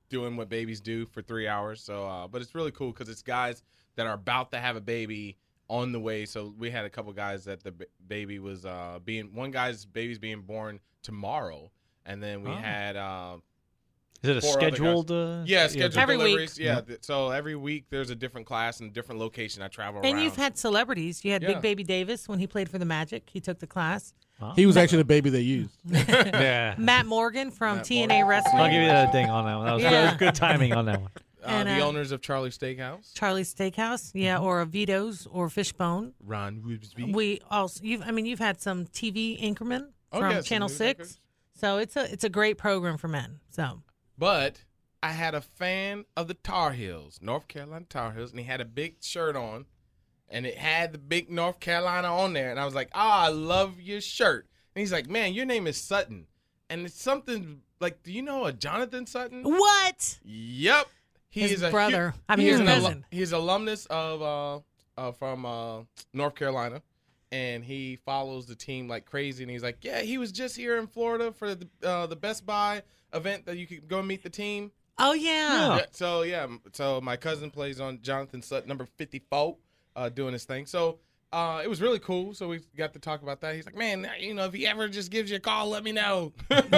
Speaker 1: doing what babies do for three hours. So, uh, but it's really cool because it's guys that are about to have a baby on the way. So we had a couple guys that the b- baby was uh, being one guy's baby's being born tomorrow, and then we
Speaker 4: Oh.
Speaker 1: had uh,
Speaker 4: Is it a
Speaker 1: Four other guys.
Speaker 4: scheduled? Uh,
Speaker 1: yeah scheduled
Speaker 2: Every week.
Speaker 1: deliveries. Yeah, th- so every week there's a different class and different location. I travel
Speaker 2: and
Speaker 1: around.
Speaker 2: you've had celebrities. You had
Speaker 1: Yeah.
Speaker 2: Big Baby Davis when he played for the Magic. He took the class.
Speaker 3: He
Speaker 2: [LAUGHS]
Speaker 3: was actually the baby they used.
Speaker 1: [LAUGHS]
Speaker 4: yeah.
Speaker 2: Matt Morgan from
Speaker 1: Matt
Speaker 2: TNA
Speaker 1: Morgan.
Speaker 2: Wrestling.
Speaker 4: I'll give you that thing on that one. That was, that was
Speaker 2: Yeah.
Speaker 4: good timing
Speaker 1: [LAUGHS]
Speaker 4: on that one.
Speaker 1: uh,
Speaker 2: and,
Speaker 1: the
Speaker 2: uh,
Speaker 1: owners of Charlie Steakhouse.
Speaker 2: Charlie's Steakhouse,
Speaker 1: Mm-hmm.
Speaker 2: yeah, or a Vito's or Fishbone.
Speaker 1: Ron Woodsby.
Speaker 2: We also, you've, I mean, you've had some TV increment
Speaker 1: Oh,
Speaker 2: from
Speaker 1: yeah, some
Speaker 2: Channel
Speaker 1: news
Speaker 2: Six,
Speaker 1: anchors.
Speaker 2: so it's a it's a great program for men. So
Speaker 1: But I had a fan of the Tar Heels, North Carolina Tar Heels, and he had a big shirt on, and it had the big North Carolina on there, and I was like, "Ah, I love your shirt." And he's like, "Man, your name is Sutton," and it's something like, "Do you know a Jonathan Sutton?"
Speaker 2: what?
Speaker 1: Yep, he
Speaker 2: His
Speaker 1: is a
Speaker 2: brother. I mean,
Speaker 1: he is
Speaker 2: his
Speaker 1: an alu-
Speaker 2: cousin.
Speaker 1: he's alumnus of uh, uh from uh North Carolina. And he follows the team like crazy, and he's like, "Yeah, he was just here in Florida for the uh, the Best Buy event that you could go meet the team."
Speaker 2: Oh yeah.
Speaker 4: Yeah.
Speaker 1: Yeah, so yeah, m- so my cousin plays on Jonathan Sutton, number fifty four, uh, doing his thing. So uh, it was really cool. So we got to talk about that. He's like, man, you know, if he ever just gives you a call, let me know. [LAUGHS]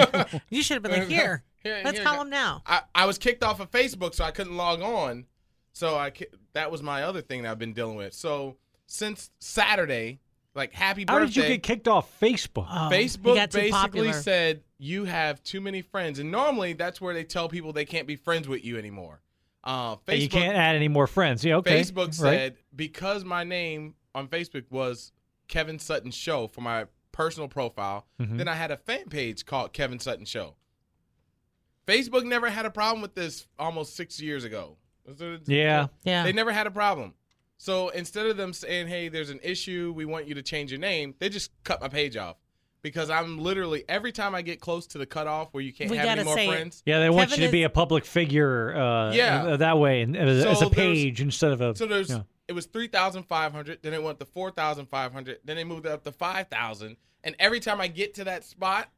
Speaker 2: You should have been like, here.
Speaker 1: Here-
Speaker 2: Let's
Speaker 1: here,
Speaker 2: call
Speaker 1: go-
Speaker 2: him now.
Speaker 1: I, I was kicked off of Facebook, so I couldn't log on. So I ki- that was my other thing that I've been dealing with. So since Saturday, like happy
Speaker 4: How
Speaker 1: birthday. Uh,
Speaker 4: did you get kicked off Facebook?
Speaker 2: Oh, he
Speaker 1: Facebook
Speaker 2: got too
Speaker 1: basically
Speaker 2: popular.
Speaker 1: said you have too many friends, and normally that's where they tell people they can't be friends with you anymore. Uh,
Speaker 4: Hey,
Speaker 1: Facebook
Speaker 4: you can't add any more friends. Yeah, okay.
Speaker 1: Facebook
Speaker 4: Right.
Speaker 1: said because my name on Facebook was Kevin Sutton Show for my personal profile,
Speaker 4: Mhm.
Speaker 1: then I had a fan page called Kevin Sutton Show. Facebook never had a problem with this almost six years ago. Was it-
Speaker 4: Yeah.
Speaker 2: Yeah.
Speaker 1: They never had a problem. So instead of them saying, hey, there's an issue, we want you to change your name, they just cut my page off. Because I'm literally, every time I get close to the cutoff where you can't
Speaker 2: We
Speaker 1: have
Speaker 2: gotta
Speaker 1: any more
Speaker 2: say it.
Speaker 1: friends,
Speaker 4: Yeah, they want
Speaker 2: Kevin
Speaker 4: you to be
Speaker 2: is-
Speaker 4: a public figure. Uh,
Speaker 1: Yeah.
Speaker 4: uh, that way, and as,
Speaker 1: So
Speaker 4: as a
Speaker 1: there's-
Speaker 4: page instead of a.
Speaker 1: So there's
Speaker 4: yeah.
Speaker 1: it was three thousand five hundred, then it went to four thousand five hundred, then they moved it up to five thousand, and every time I get to that spot,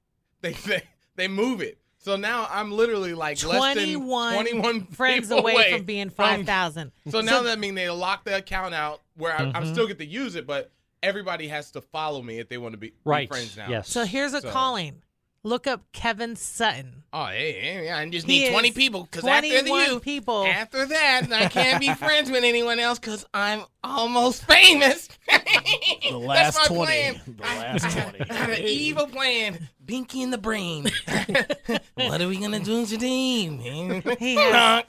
Speaker 1: they [LAUGHS] they, they move it. So now I'm literally like less than
Speaker 2: 21
Speaker 1: 21
Speaker 2: [LAUGHS] friends
Speaker 1: people
Speaker 2: away,
Speaker 1: [LAUGHS]
Speaker 2: from being 5,000.
Speaker 4: Mm-hmm.
Speaker 1: So now that means they lock the account out where I, I still get to use it, but everybody has to follow me if they want to be, be
Speaker 4: Right.
Speaker 1: friends now.
Speaker 4: Yes.
Speaker 2: So here's a
Speaker 1: So-
Speaker 2: calling. Look up Kevin Sutton.
Speaker 1: Oh, hey, hey, I just
Speaker 2: He
Speaker 1: need 20
Speaker 2: is
Speaker 1: people because after the
Speaker 2: 21
Speaker 1: you,
Speaker 2: people.
Speaker 1: after that, I can't be friends with anyone else because I'm almost famous. [LAUGHS] the
Speaker 8: last
Speaker 1: That's my
Speaker 8: 20.
Speaker 1: Plan.
Speaker 8: The last
Speaker 1: I, I,
Speaker 8: 20.
Speaker 1: I had an evil plan. Binky in the brain. [LAUGHS] what are we gonna do today, man?
Speaker 2: He has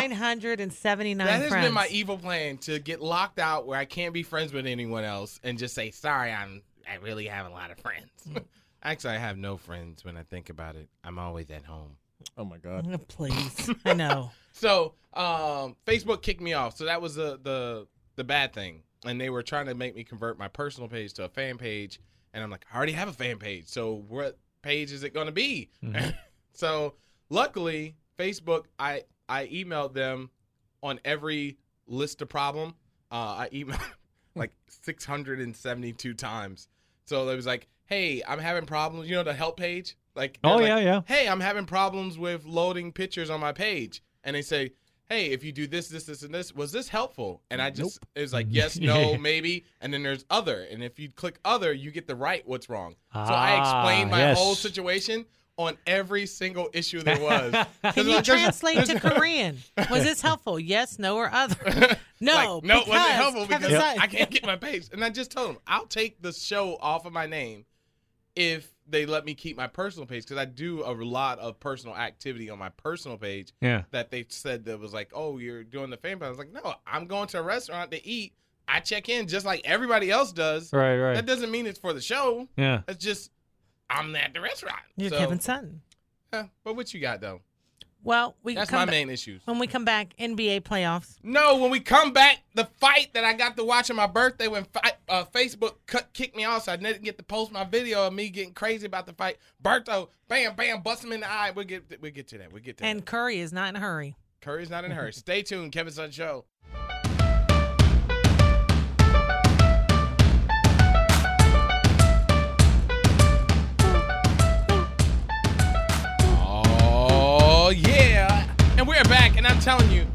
Speaker 2: 4,979
Speaker 1: That has
Speaker 2: friends.
Speaker 1: been my e- evil plan to get locked out where I can't be friends with anyone else and just say, sorry, I'm I really have a lot of friends. [LAUGHS] Actually, I have no friends when I think about it. I'm always at home.
Speaker 3: Oh my god.
Speaker 2: Uh, Please. I know.
Speaker 1: So um, Facebook kicked me off. So that was the, the the bad thing. And they were trying to make me convert my personal page to a fan page. And I'm like, I already have a fan page. So what page is it going to be?
Speaker 4: Mm-hmm.
Speaker 1: [LAUGHS] so luckily, Facebook, I I emailed them on every list of problem. Uh, I emailed [LAUGHS] like 672 times. So it was like, hey, I'm having problems. You know the help page. Like,
Speaker 4: Oh,
Speaker 1: they're like,
Speaker 4: yeah, yeah.
Speaker 1: Hey, I'm having problems with loading pictures on my page, and they say, hey, if you do this, this, this, and this, was this helpful? And I just it was like,
Speaker 4: [LAUGHS]
Speaker 1: yes, no,
Speaker 4: Yeah.
Speaker 1: maybe, and then there's other, and if you click other, you get the right what's wrong. so I explained
Speaker 4: Ah,
Speaker 1: my whole
Speaker 4: yes.
Speaker 1: situation on every single issue there
Speaker 4: [LAUGHS]
Speaker 1: was.
Speaker 2: Can you
Speaker 1: [LAUGHS]
Speaker 2: translate to Korean? Was this helpful? Yes, no, or other? No.
Speaker 1: like, no, it wasn't
Speaker 2: because
Speaker 1: helpful
Speaker 2: Kevin
Speaker 1: because
Speaker 2: Sutton.
Speaker 1: I can't get my page. And I just told them I'll take the show off of my name if they let me keep my personal page because I do a lot of personal activity on my personal page
Speaker 4: Yeah.
Speaker 1: that they said that was like, oh, you're doing the fan page. I was like, no, I'm going to a restaurant to eat. I check in just like everybody else does.
Speaker 4: Right, right.
Speaker 1: That doesn't mean it's for the show.
Speaker 4: yeah.
Speaker 1: It's just I'm at the restaurant.
Speaker 2: You're
Speaker 1: So,
Speaker 2: Kevin Sutton.
Speaker 1: eh, but what you got though?
Speaker 2: Well, we
Speaker 1: That's
Speaker 2: come
Speaker 1: my
Speaker 2: ba-
Speaker 1: main issues.
Speaker 2: when we come back, NBA playoffs.
Speaker 1: No, when we come back, the fight that I got to watch on my birthday when fi- uh, Facebook cut, kicked me off, so I didn't get to post my video of me getting crazy about the fight. Berto, bam, bam, bust him in the eye. We'll get, we'll get to that. We'll get to that.
Speaker 2: And Curry is not in a hurry.
Speaker 1: Curry's not in a hurry. Stay tuned, Kevin Sun Show. Oh yeah, and we're back, and I'm telling you,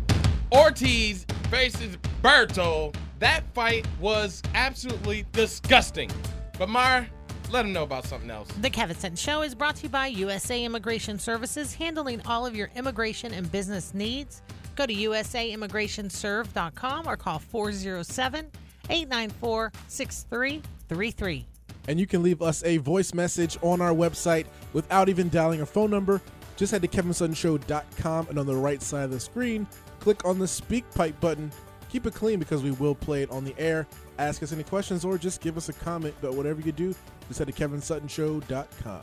Speaker 1: Ortiz versus Berto. That fight was absolutely disgusting. But Mar, let him know about something else.
Speaker 2: The Kevin Sutton Show is brought to you by USA Immigration Services, handling all of your immigration and business needs. Go to usaimmigrationserve.com or call 407 894 6333.
Speaker 3: And you can leave us a voice message on our website without even dialing our phone number. Just head to kevinsuttonshow.com and on the right side of the screen, click on the speak pipe button. Keep it clean because we will play it on the air. Ask us any questions or just give us a comment. But whatever you do, just head to kevinsuttonshow.com.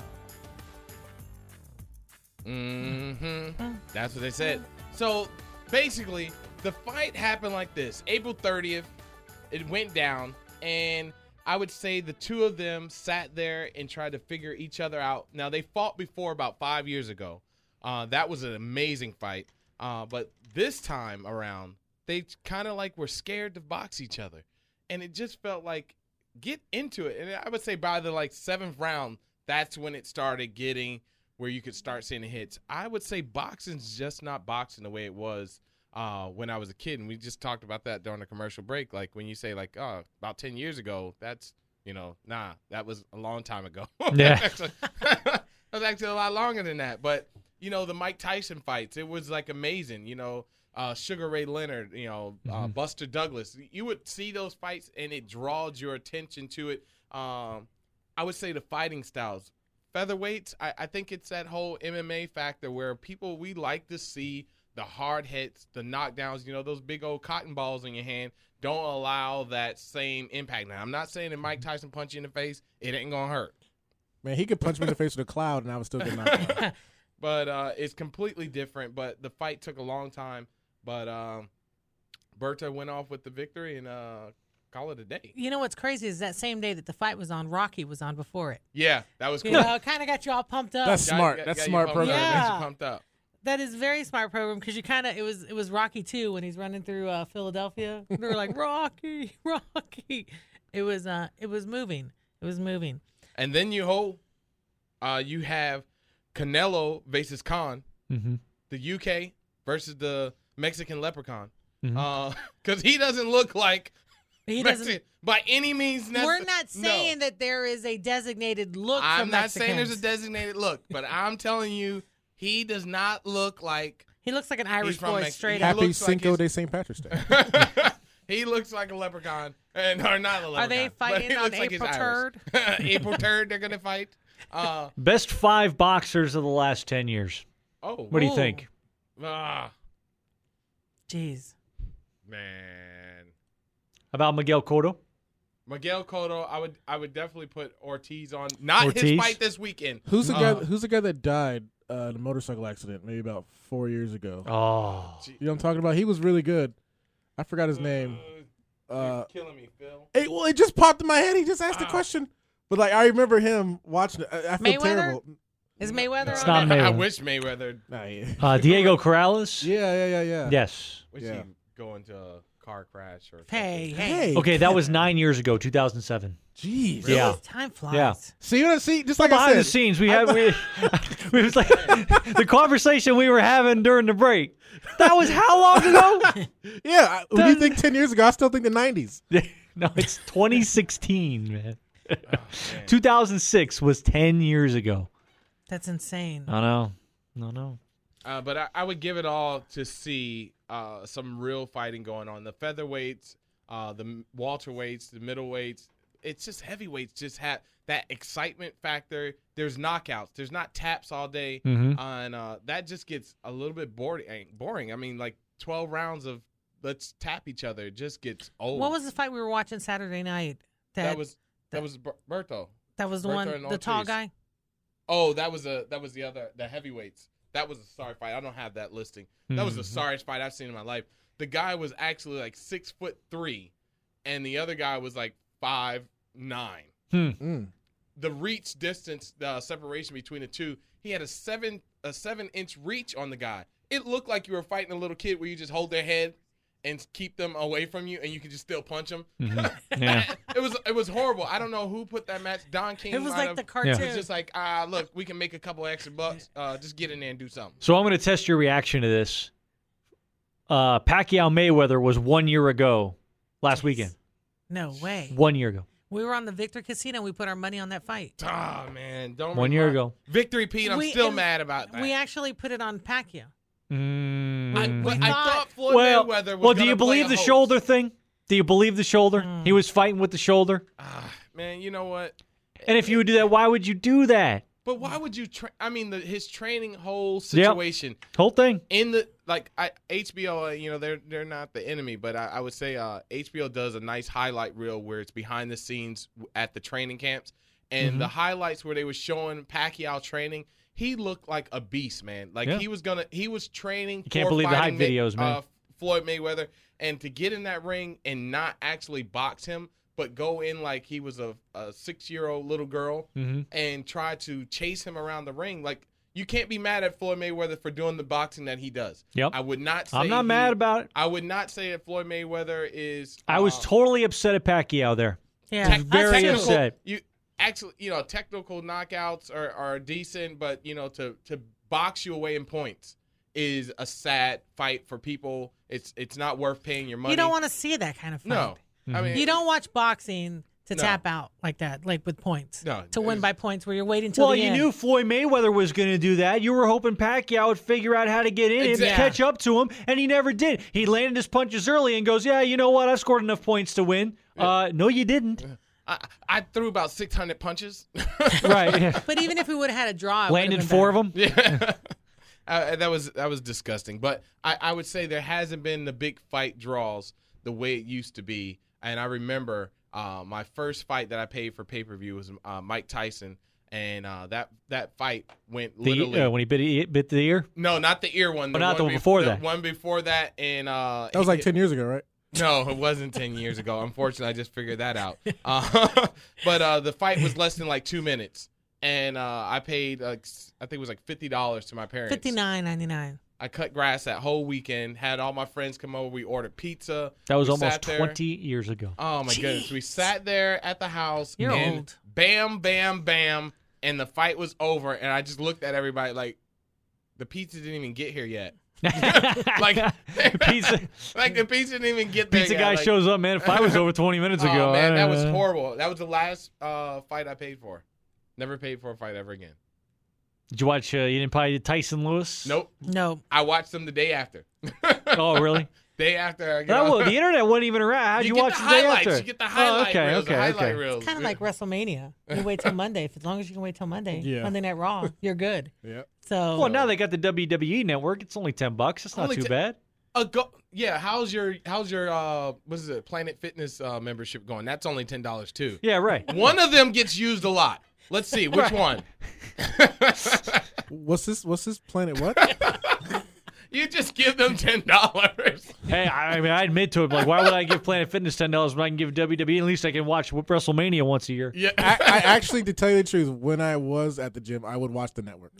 Speaker 1: Mm-hmm. That's what they said. So basically, the fight happened like this: April 30th, it went down, and I would say the two of them sat there and tried to figure each other out. Now they fought before about five years ago. Uh, that was an amazing fight, uh, but this time around, they kind of like were scared to box each other, and it just felt like get into it. And I would say by the like seventh round, that's when it started getting where you could start seeing the hits. I would say boxing's just not boxing the way it was uh, when I was a kid, and we just talked about that during the commercial break. Like when you say like, oh, about ten years ago, that's you know, nah, that was a long time ago. [LAUGHS]
Speaker 4: Yeah.
Speaker 1: That's actually- that was actually a lot longer than that. But you know, the Mike Tyson fights, it was like amazing. You know. Uh, Sugar Ray Leonard, you know, uh, Buster Douglas. You would see those fights, and it draws your attention to it. Um, I would say the fighting styles. Featherweights, I, I think it's that whole MMA factor where people we like to see the hard hits, the knockdowns, you know, those big old cotton balls in your hand don't allow that same impact. Now I'm not saying that Mike Tyson punch you in the face, it ain't gonna hurt.
Speaker 3: Man, he could punch me in the face with a cloud and I would still get
Speaker 1: [LAUGHS]
Speaker 3: knocked out.
Speaker 1: But uh it's completely different. But the fight took a long time. But um Berta went off with the victory and uh call it a day.
Speaker 2: You know what's crazy is that same day that the fight was on, Rocky was on before it.
Speaker 1: Yeah, that
Speaker 3: [LAUGHS]
Speaker 1: was
Speaker 2: You
Speaker 1: cool.
Speaker 2: know, kind of got you all pumped up.
Speaker 3: That's
Speaker 1: Got-
Speaker 3: smart.
Speaker 1: got-
Speaker 3: That's
Speaker 1: got you
Speaker 3: smart
Speaker 1: pumped up.
Speaker 3: programming.
Speaker 1: Got you
Speaker 2: Yeah.
Speaker 1: pumped up.
Speaker 2: That is very smart program because you kind of it was it was Rocky too when he's running through uh, Philadelphia. They were like Rocky, Rocky. It was uh it was moving. It was moving.
Speaker 1: And then you hold, uh, you have Canelo versus Khan,
Speaker 4: Mm-hmm.
Speaker 1: the UK versus the Mexican leprechaun, Uh,
Speaker 4: Mhm.
Speaker 1: [LAUGHS] because he doesn't look like
Speaker 2: He doesn't.
Speaker 1: by any means necessary.
Speaker 2: We're not saying that there is a designated look. for
Speaker 1: I'm not saying there's a
Speaker 2: Mexicans.
Speaker 1: designated look,
Speaker 2: [LAUGHS]
Speaker 1: but I'm telling you, he does not look
Speaker 4: [LAUGHS]
Speaker 1: like [LAUGHS]
Speaker 2: He looks like an Irish
Speaker 1: from
Speaker 2: boy
Speaker 1: Mexico.
Speaker 2: straight up.
Speaker 1: Happy
Speaker 3: Happy
Speaker 1: looks like
Speaker 3: Cinco
Speaker 1: he's-
Speaker 3: de St. Patrick's Day.
Speaker 1: he looks like a leprechaun, and or not a leprechaun.
Speaker 2: Are they
Speaker 1: but he
Speaker 2: fighting on
Speaker 1: looks like he's
Speaker 2: April
Speaker 1: Irish. [LAUGHS] April third, they're gonna fight. Uh,
Speaker 4: Best five boxers of the last 10 years.
Speaker 1: oh,
Speaker 4: What do you
Speaker 2: Ooh.
Speaker 4: think?
Speaker 1: ah,
Speaker 2: Jeez.
Speaker 1: man,
Speaker 4: About Miguel Cotto?
Speaker 1: Miguel Cotto, I would, I would definitely put Ortiz on. Not his
Speaker 4: Ortiz?
Speaker 1: fight this weekend.
Speaker 3: Who's the
Speaker 1: Uh,
Speaker 3: guy? Who's the guy that died uh, in a motorcycle accident maybe about four years ago?
Speaker 4: Oh.
Speaker 3: You know what I'm talking about? He was really good. I forgot his name. Uh,
Speaker 1: You're killing me, Phil.
Speaker 3: it, well, it just popped in my head. He just asked the
Speaker 1: Ah.
Speaker 3: question, but like I remember him watching it. I, I feel
Speaker 2: Mayweather?
Speaker 3: terrible.
Speaker 2: Is Mayweather
Speaker 4: It's
Speaker 2: on
Speaker 4: not
Speaker 2: it?
Speaker 4: Mayweather.
Speaker 1: I wish Mayweather.
Speaker 3: Nah, yeah.
Speaker 4: Uh, Diego Corrales?
Speaker 3: yeah, yeah, yeah, yeah.
Speaker 4: Yes.
Speaker 1: Wish
Speaker 3: Yeah.
Speaker 1: he'd go into a car crash or.
Speaker 2: Hey, hey.
Speaker 3: Hey.
Speaker 4: Okay, that was nine years ago, 2007.
Speaker 3: Jeez.
Speaker 4: Yeah.
Speaker 2: Jeez, Time flies.
Speaker 4: Yeah.
Speaker 3: See what I see? Just like I
Speaker 4: Behind
Speaker 3: said.
Speaker 4: the scenes, we had we, [LAUGHS] we was like [LAUGHS] the conversation we were having during the break. That was how long ago? [LAUGHS]
Speaker 3: Yeah. I, when you
Speaker 4: Done.
Speaker 3: think ten years ago, I still think the
Speaker 4: [LAUGHS]
Speaker 3: '90s.
Speaker 4: no, it's 2016, man. [LAUGHS] 2006 was 10 years ago.
Speaker 2: That's insane.
Speaker 4: I know. No, no.
Speaker 1: Uh, but I, I would give it all to see uh, some real fighting going on. The featherweights, uh, the m- welterweights, the middleweights. It's just heavyweights just have that excitement factor. There's knockouts. There's not taps all day,
Speaker 4: Mm-hmm.
Speaker 1: and uh, that just gets a little bit boring. Boring. I mean, like 12 rounds of let's tap each other. It just gets old.
Speaker 2: What was the fight we were watching Saturday night? That,
Speaker 1: that, was that,
Speaker 2: that-
Speaker 1: was Ber- Berto.
Speaker 2: that was the
Speaker 1: Berto
Speaker 2: one,
Speaker 1: and
Speaker 2: the tall
Speaker 1: Ortiz.
Speaker 2: guy.
Speaker 1: Oh, that was a that was the other the heavyweights. That was a sorry fight. I don't have that listing. That was the
Speaker 4: Mhm.
Speaker 1: sorriest fight I've seen in my life. The guy was actually like six foot three, and the other guy was like five nine.
Speaker 3: Mm.
Speaker 1: The reach distance, the uh, separation between the two, he had a seven a seven inch reach on the guy. It looked like you were fighting a little kid where you just hold their head and keep them away from you, and you can just still punch them.
Speaker 4: Mm-hmm. Yeah.
Speaker 1: [LAUGHS] It was it was horrible. I don't know who put that match. Don King.
Speaker 2: It was
Speaker 1: might
Speaker 2: like
Speaker 1: have-
Speaker 2: the cartoon.
Speaker 1: it's just like, ah, look, we can make a couple extra bucks. Uh, just get in there and do something.
Speaker 4: So I'm going to test your reaction to this. Uh, Pacquiao Mayweather was one year ago, last weekend.
Speaker 2: no way.
Speaker 4: One year ago.
Speaker 2: We were on the Victor Casino. We put our money on that fight.
Speaker 1: Ah, man, don't.
Speaker 4: One year
Speaker 1: remind-
Speaker 4: ago.
Speaker 1: Victory Pete. I'm
Speaker 2: We-
Speaker 1: still
Speaker 2: and
Speaker 1: mad about that.
Speaker 2: We actually put it on Pacquiao.
Speaker 4: Mm.
Speaker 1: I, but I
Speaker 2: thought-
Speaker 1: thought Floyd
Speaker 4: well,
Speaker 1: Mayweather was
Speaker 4: well, do
Speaker 1: gonna
Speaker 4: you
Speaker 1: play
Speaker 4: believe
Speaker 1: a
Speaker 4: the
Speaker 1: hoax.
Speaker 4: shoulder thing? Do you believe the shoulder?
Speaker 2: Mm.
Speaker 4: He was fighting with the shoulder.
Speaker 1: Ah, man, you know what?
Speaker 4: And if you would do that, why would you do that?
Speaker 1: But why would you? Tra- I mean, the, his training whole
Speaker 4: Yep.
Speaker 1: situation
Speaker 4: Whole thing.
Speaker 1: in the like I, HBO. uh, You know, they're they're not the enemy, but I, I would say uh, HBO does a nice highlight reel where it's behind the scenes w- at the training camps, and
Speaker 4: Mm-hmm.
Speaker 1: the highlights where they were showing Pacquiao training. He looked like a beast, man. Like
Speaker 4: Yeah.
Speaker 1: he was gonna, he was training.
Speaker 4: You can't
Speaker 1: for
Speaker 4: believe the
Speaker 1: fighting
Speaker 4: hype
Speaker 1: May-
Speaker 4: videos, man.
Speaker 1: Uh, Floyd Mayweather, and to get in that ring and not actually box him, but go in like he was a, a six year old little girl
Speaker 4: Mm-hmm.
Speaker 1: and try to chase him around the ring. Like you can't be mad at Floyd Mayweather for doing the boxing that he does.
Speaker 4: Yep.
Speaker 1: I would not. Say
Speaker 4: I'm not
Speaker 1: he-
Speaker 4: mad about it.
Speaker 1: I would not say that Floyd Mayweather is.
Speaker 4: I was
Speaker 1: uh,
Speaker 4: totally upset at Pacquiao there.
Speaker 2: Yeah.
Speaker 1: tec-
Speaker 4: very
Speaker 1: technical-
Speaker 4: upset.
Speaker 1: You actually, you know, technical knockouts are, are decent, but you know, to to box you away in points is a sad fight for people. It's it's not worth paying your money.
Speaker 2: You don't want to see that kind of fight.
Speaker 1: No,
Speaker 4: Mm-hmm.
Speaker 1: I mean
Speaker 2: You don't watch boxing to
Speaker 1: No.
Speaker 2: tap out like that, like with points.
Speaker 1: No,
Speaker 2: To
Speaker 1: it's-
Speaker 2: win by points where you're waiting till
Speaker 4: Well,
Speaker 2: the
Speaker 4: you
Speaker 2: end.
Speaker 4: knew Floyd Mayweather was going to do that. You were hoping Pacquiao would figure out how to get in
Speaker 1: Exactly.
Speaker 4: and catch up to him, and he never did. He landed his punches early and goes, "Yeah, you know what? I scored enough points to win." Uh, no,
Speaker 1: [LAUGHS]
Speaker 4: you didn't.
Speaker 1: I, I threw about six hundred punches. [LAUGHS]
Speaker 4: [LAUGHS] right.
Speaker 2: But even if we would have had a draw, it would've
Speaker 4: Landed
Speaker 2: been
Speaker 4: four of
Speaker 2: better.
Speaker 4: them.
Speaker 1: Yeah. [LAUGHS] Uh, that was that was disgusting, but I, I would say there hasn't been the big fight draws the way it used to be. And I remember uh, my first fight that I paid for pay per view was uh, Mike Tyson, and uh, that that fight went literally
Speaker 4: The, uh, when he bit, he bit the ear.
Speaker 1: no, not the ear one,
Speaker 4: Oh, not the one
Speaker 1: bef-
Speaker 4: before that.
Speaker 1: the one before that, and uh,
Speaker 3: That was like ten years ago, right? [LAUGHS]
Speaker 1: no, it wasn't 10 years ago. Unfortunately, I just figured that
Speaker 4: [LAUGHS]
Speaker 1: out. Uh, [LAUGHS] but uh, the fight was less than like two minutes. And uh, I paid, like, s- I think it was like $50 to my parents.
Speaker 2: Fifty nine ninety nine.
Speaker 1: I cut grass that whole weekend, had all my friends come over. We ordered pizza.
Speaker 4: That was
Speaker 1: We
Speaker 4: almost
Speaker 1: sat there.
Speaker 4: 20 years ago.
Speaker 1: Oh, my goodness. We sat there at the house.
Speaker 2: You're
Speaker 1: and
Speaker 2: old.
Speaker 1: Bam, bam, bam. And the fight was over. And I just looked at everybody like, the pizza didn't even get here yet. [LAUGHS] [LAUGHS] like [LAUGHS]
Speaker 4: [LAUGHS] Pizza-
Speaker 1: like the pizza didn't even get there.
Speaker 4: Pizza
Speaker 1: yet.
Speaker 4: guy
Speaker 1: like,
Speaker 4: shows up, man. If I was over 20
Speaker 1: [LAUGHS]
Speaker 4: minutes
Speaker 1: oh,
Speaker 4: ago, uh-huh.
Speaker 1: man,
Speaker 4: I-
Speaker 1: that was horrible. That was the last uh, fight I paid for. Never paid for a fight ever again.
Speaker 4: Did you watch uh, Eating Pie Tyson Lewis?
Speaker 1: Nope.
Speaker 2: No.
Speaker 1: I watched them the day after. [LAUGHS]
Speaker 4: Oh, really?
Speaker 1: Day after. I get
Speaker 4: That
Speaker 1: off- [LAUGHS]
Speaker 4: wa- the internet wasn't even around. How'd you,
Speaker 1: get
Speaker 4: watch
Speaker 1: the
Speaker 4: the day
Speaker 1: highlights.
Speaker 4: after?
Speaker 1: You get the highlight
Speaker 4: oh, okay,
Speaker 1: reels. the
Speaker 4: okay,
Speaker 1: highlight
Speaker 4: okay.
Speaker 1: reels.
Speaker 2: Kind of like WrestleMania. You wait till Monday. If, as long as you can wait till Monday,
Speaker 3: Yeah.
Speaker 2: Monday Night Raw, you're good.
Speaker 3: Yeah.
Speaker 2: So
Speaker 4: Well, now they got the WWE network. It's only 10 bucks. It's not
Speaker 1: Only
Speaker 4: too
Speaker 1: t-
Speaker 4: bad.
Speaker 1: a go- yeah, how's your how's your uh what is it? Planet Fitness uh, membership going? That's only ten dollars too.
Speaker 4: Yeah, right.
Speaker 1: [LAUGHS] One of them gets used a lot. Let's see [LAUGHS] which one.
Speaker 3: What's this? What's this planet?
Speaker 4: [LAUGHS]
Speaker 3: What?
Speaker 1: You just give them ten dollars. [LAUGHS]
Speaker 4: hey, I, I mean, I admit to it. but, Like, why would I give Planet Fitness $10 when I can give WWE? At least I can watch WrestleMania once a year.
Speaker 1: Yeah.
Speaker 3: I, I actually, to tell you the truth, when I was at the gym, I would watch the
Speaker 4: [LAUGHS]
Speaker 3: network.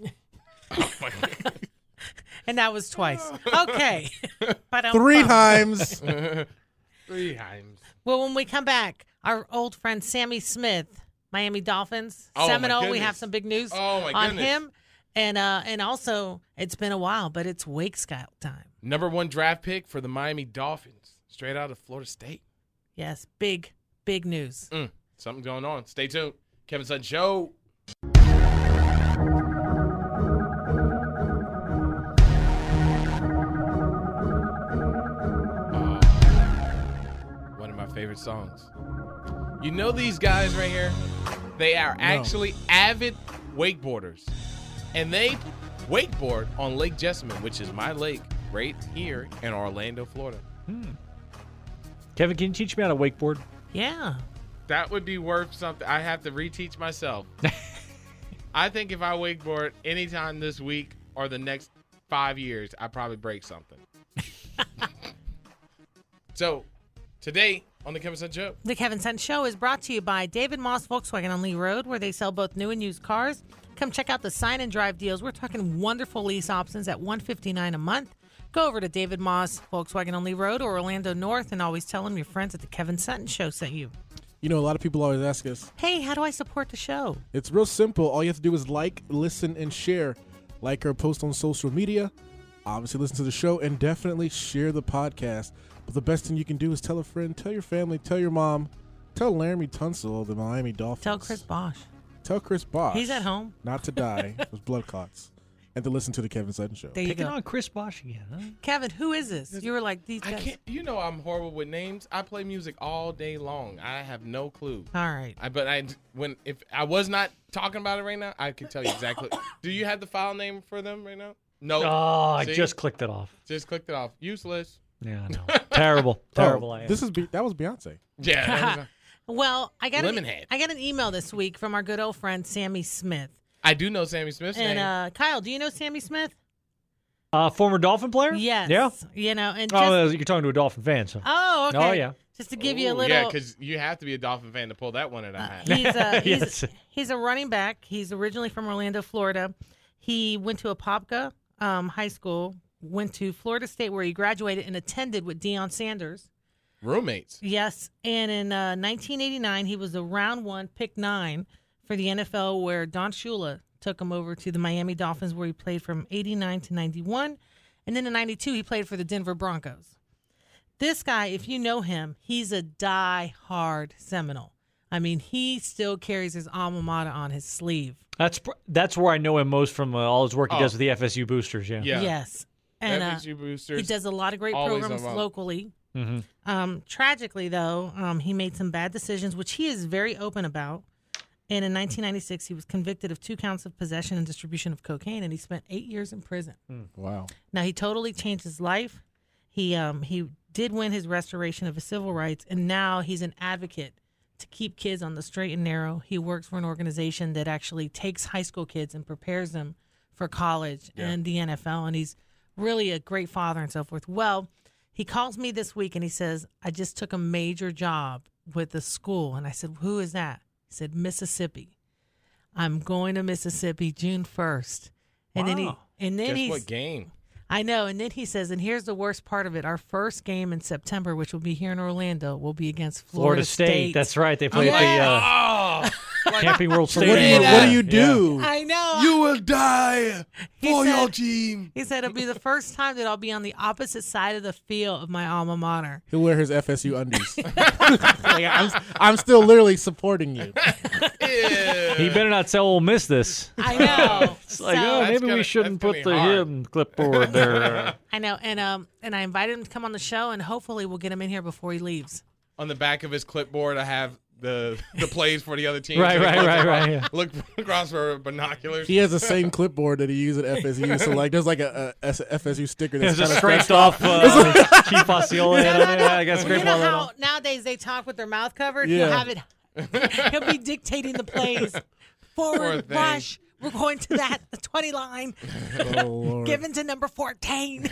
Speaker 2: and that was twice.
Speaker 1: [LAUGHS]
Speaker 2: Okay, but um,
Speaker 3: Three times.
Speaker 1: [LAUGHS] Three times.
Speaker 2: Well, when we come back, our old friend Sammy Smith, Miami Dolphins,
Speaker 1: Oh, my
Speaker 2: Seminole. We have
Speaker 1: goodness.
Speaker 2: some big news
Speaker 1: Oh, my
Speaker 2: on
Speaker 1: goodness.
Speaker 2: him, and uh, and also it's been a while, but it's Wake Scout time.
Speaker 1: Number one draft pick for the Miami Dolphins, straight out of Florida State.
Speaker 2: Yes, big big news.
Speaker 1: Mm, something going on. Stay tuned. Kevin Sutton Show. Oh, One of my favorite songs. You know these guys right here? They are actually avid wakeboarders. And they wakeboard on Lake Jessamine, which is my lake right here in Orlando, Florida.
Speaker 4: Kevin, can you teach me how to wakeboard?
Speaker 2: Yeah,
Speaker 1: That would be worth something. I have to reteach myself. I think if I wakeboard anytime this week or the next five years, I probably break something. so, today on the Kevin Sun Show,
Speaker 2: the Kevin Sun Show is brought to you by David Moss Volkswagen on Lee Road, where they sell both new and used cars. Come check out the sign and drive deals. We're talking wonderful lease options at one fifty nine a month. Go over to David Moss Volkswagen on Lee Road or Orlando North, and always tell them your friends at the Kevin Sutton Show sent you.
Speaker 3: You know, a lot of people always ask us.
Speaker 2: hey, how do I support the show?
Speaker 3: It's real simple. All you have to do is like, listen, and share. Like our post on social media. Obviously, listen to the show and definitely share the podcast. But the best thing you can do is tell a friend, tell your family, tell your mom, tell Laramie Tunsil, of the Miami Dolphins.
Speaker 2: Tell Chris Bosch.
Speaker 3: Tell Chris Bosch.
Speaker 2: He's at home.
Speaker 3: Not
Speaker 2: [LAUGHS]
Speaker 3: to die with blood clots. And to listen to the Kevin Sutton Show.
Speaker 2: There you
Speaker 4: Picking
Speaker 2: go.
Speaker 4: on Chris Bosch again, huh?
Speaker 1: [LAUGHS]
Speaker 2: Kevin, who is this? You were like, these
Speaker 1: I
Speaker 2: guys.
Speaker 1: can't. You know I'm horrible with names. I play music all day long. I have no clue.
Speaker 2: All right.
Speaker 1: I but I when if I was not talking about it right now, I could tell you exactly. do you have the file name for them right now? No.
Speaker 4: Oh, I
Speaker 1: See?
Speaker 4: just clicked it off.
Speaker 1: Just clicked it off. Useless.
Speaker 4: Yeah, I know. terrible,
Speaker 3: Oh,
Speaker 4: terrible. I am.
Speaker 3: This is be- that was Beyonce.
Speaker 1: Yeah. that was-
Speaker 2: Well, I got
Speaker 1: Lemonhead.
Speaker 2: An, e- I got an email this week from our good old friend Sammy Smith.
Speaker 1: I do know Sammy Smith's
Speaker 2: And
Speaker 1: name.
Speaker 2: uh, Kyle, do you know Sammy Smith?
Speaker 4: uh, former Dolphin player.
Speaker 2: Yes.
Speaker 4: Yeah.
Speaker 2: You know, and just, Uh,
Speaker 4: Oh,
Speaker 2: oh,
Speaker 4: you're talking to a Dolphin fan, so.
Speaker 2: okay.
Speaker 4: Oh, yeah.
Speaker 2: Just to give you a
Speaker 1: Ooh,
Speaker 2: little.
Speaker 1: Yeah, because you have to be a Dolphin fan to pull that one out of hat.
Speaker 2: [LAUGHS] He's
Speaker 4: [LAUGHS]
Speaker 2: a, he's,
Speaker 4: Yes.
Speaker 2: he's a running back. He's originally from Orlando, Florida. He went to Apopka um, High School, went to Florida State where he graduated and attended with Deion Sanders.
Speaker 1: Roommates.
Speaker 2: Yes, and in uh, 1989, he was the round one pick nine for the NFL, where Don Shula took him over to the Miami Dolphins, where he played from 89 to 91, and then in 92 he played for the Denver Broncos. This guy, if you know him, he's a die-hard Seminole. I mean, he still carries his alma mater on his sleeve.
Speaker 4: That's pr- that's where I know him most from uh, all his work he
Speaker 1: Oh.
Speaker 4: does with the FSU boosters. Yeah.
Speaker 1: Yeah.
Speaker 2: Yes, and uh,
Speaker 1: FSU boosters.
Speaker 2: he does a lot of great
Speaker 1: always
Speaker 2: programs
Speaker 1: around.
Speaker 2: locally.
Speaker 4: Mhm.
Speaker 2: Um, tragically, though, um, he made some bad decisions, which he is very open about. And in 1996, he was convicted of two counts of possession and distribution of cocaine, and he spent eight years in prison.
Speaker 3: Wow.
Speaker 2: Now he totally changed his life. He um, he did win his restoration of his civil rights, and now he's an advocate to keep kids on the straight and narrow. He works for an organization that actually takes high school kids and prepares them for college and the NFL, and he's really a great father and so forth. Well, he calls me this week and he says, "I just took a major job with the school," and I said, "Who is that?" He said, "Mississippi." I'm going to Mississippi June first, and then he
Speaker 4: Wow.
Speaker 2: and then
Speaker 1: Guess
Speaker 2: he's
Speaker 1: what game?
Speaker 2: I know. And then he says, and here's the worst part of it our first game in September, which will be here in Orlando, will be against Florida,
Speaker 4: Florida State. That's right. They play at
Speaker 2: Yes.
Speaker 4: the uh,
Speaker 1: Oh,
Speaker 4: Camping World
Speaker 3: What, do
Speaker 4: Stadium.
Speaker 3: you,
Speaker 4: over
Speaker 3: what do
Speaker 4: there.
Speaker 3: you
Speaker 4: Yeah.
Speaker 3: do?
Speaker 2: I know. No.
Speaker 1: You will die
Speaker 2: He
Speaker 1: for your
Speaker 2: said-
Speaker 1: team.
Speaker 2: He said it'll be the first time that I'll be on the opposite side of the field of my alma mater.
Speaker 3: He'll wear his FSU undies.
Speaker 4: [LAUGHS]
Speaker 3: Like, I'm, I'm still literally supporting you.
Speaker 4: He better not tell Ole Miss this. [LAUGHS]
Speaker 2: I know.
Speaker 4: It's like,
Speaker 2: So-
Speaker 4: oh,
Speaker 1: That's
Speaker 4: maybe
Speaker 1: gonna-
Speaker 4: we shouldn't
Speaker 1: that's
Speaker 4: put the
Speaker 1: gonna be hard.
Speaker 4: him clipboard there.
Speaker 2: I know, and um, and I invited him to come on the show, and hopefully we'll get him in here before he
Speaker 4: [LAUGHS]
Speaker 2: leaves.
Speaker 1: On the back of his clipboard, I have the the plays for the other team.
Speaker 4: right, right, right, right. Yeah.
Speaker 1: Look [LAUGHS] across for binoculars.
Speaker 3: He has the same clipboard that he used at FSU. So like, there's like a, a S- FSU sticker that's
Speaker 4: It's
Speaker 3: kind
Speaker 4: just
Speaker 3: of
Speaker 4: scraped off uh,
Speaker 2: [LAUGHS]
Speaker 4: Chief Osceola.
Speaker 2: No, no, no.
Speaker 4: I got
Speaker 2: You
Speaker 4: scraped
Speaker 2: know
Speaker 4: all that
Speaker 2: how
Speaker 4: off.
Speaker 2: nowadays they talk with their mouth covered? He'll
Speaker 3: Yeah.
Speaker 2: have it. [LAUGHS] He'll be dictating the
Speaker 4: [LAUGHS]
Speaker 2: plays.
Speaker 1: Poor
Speaker 2: Forward
Speaker 1: thing.
Speaker 2: rush. We're going to that the twenty line.
Speaker 3: Oh, Lord.
Speaker 2: Given to number fourteen.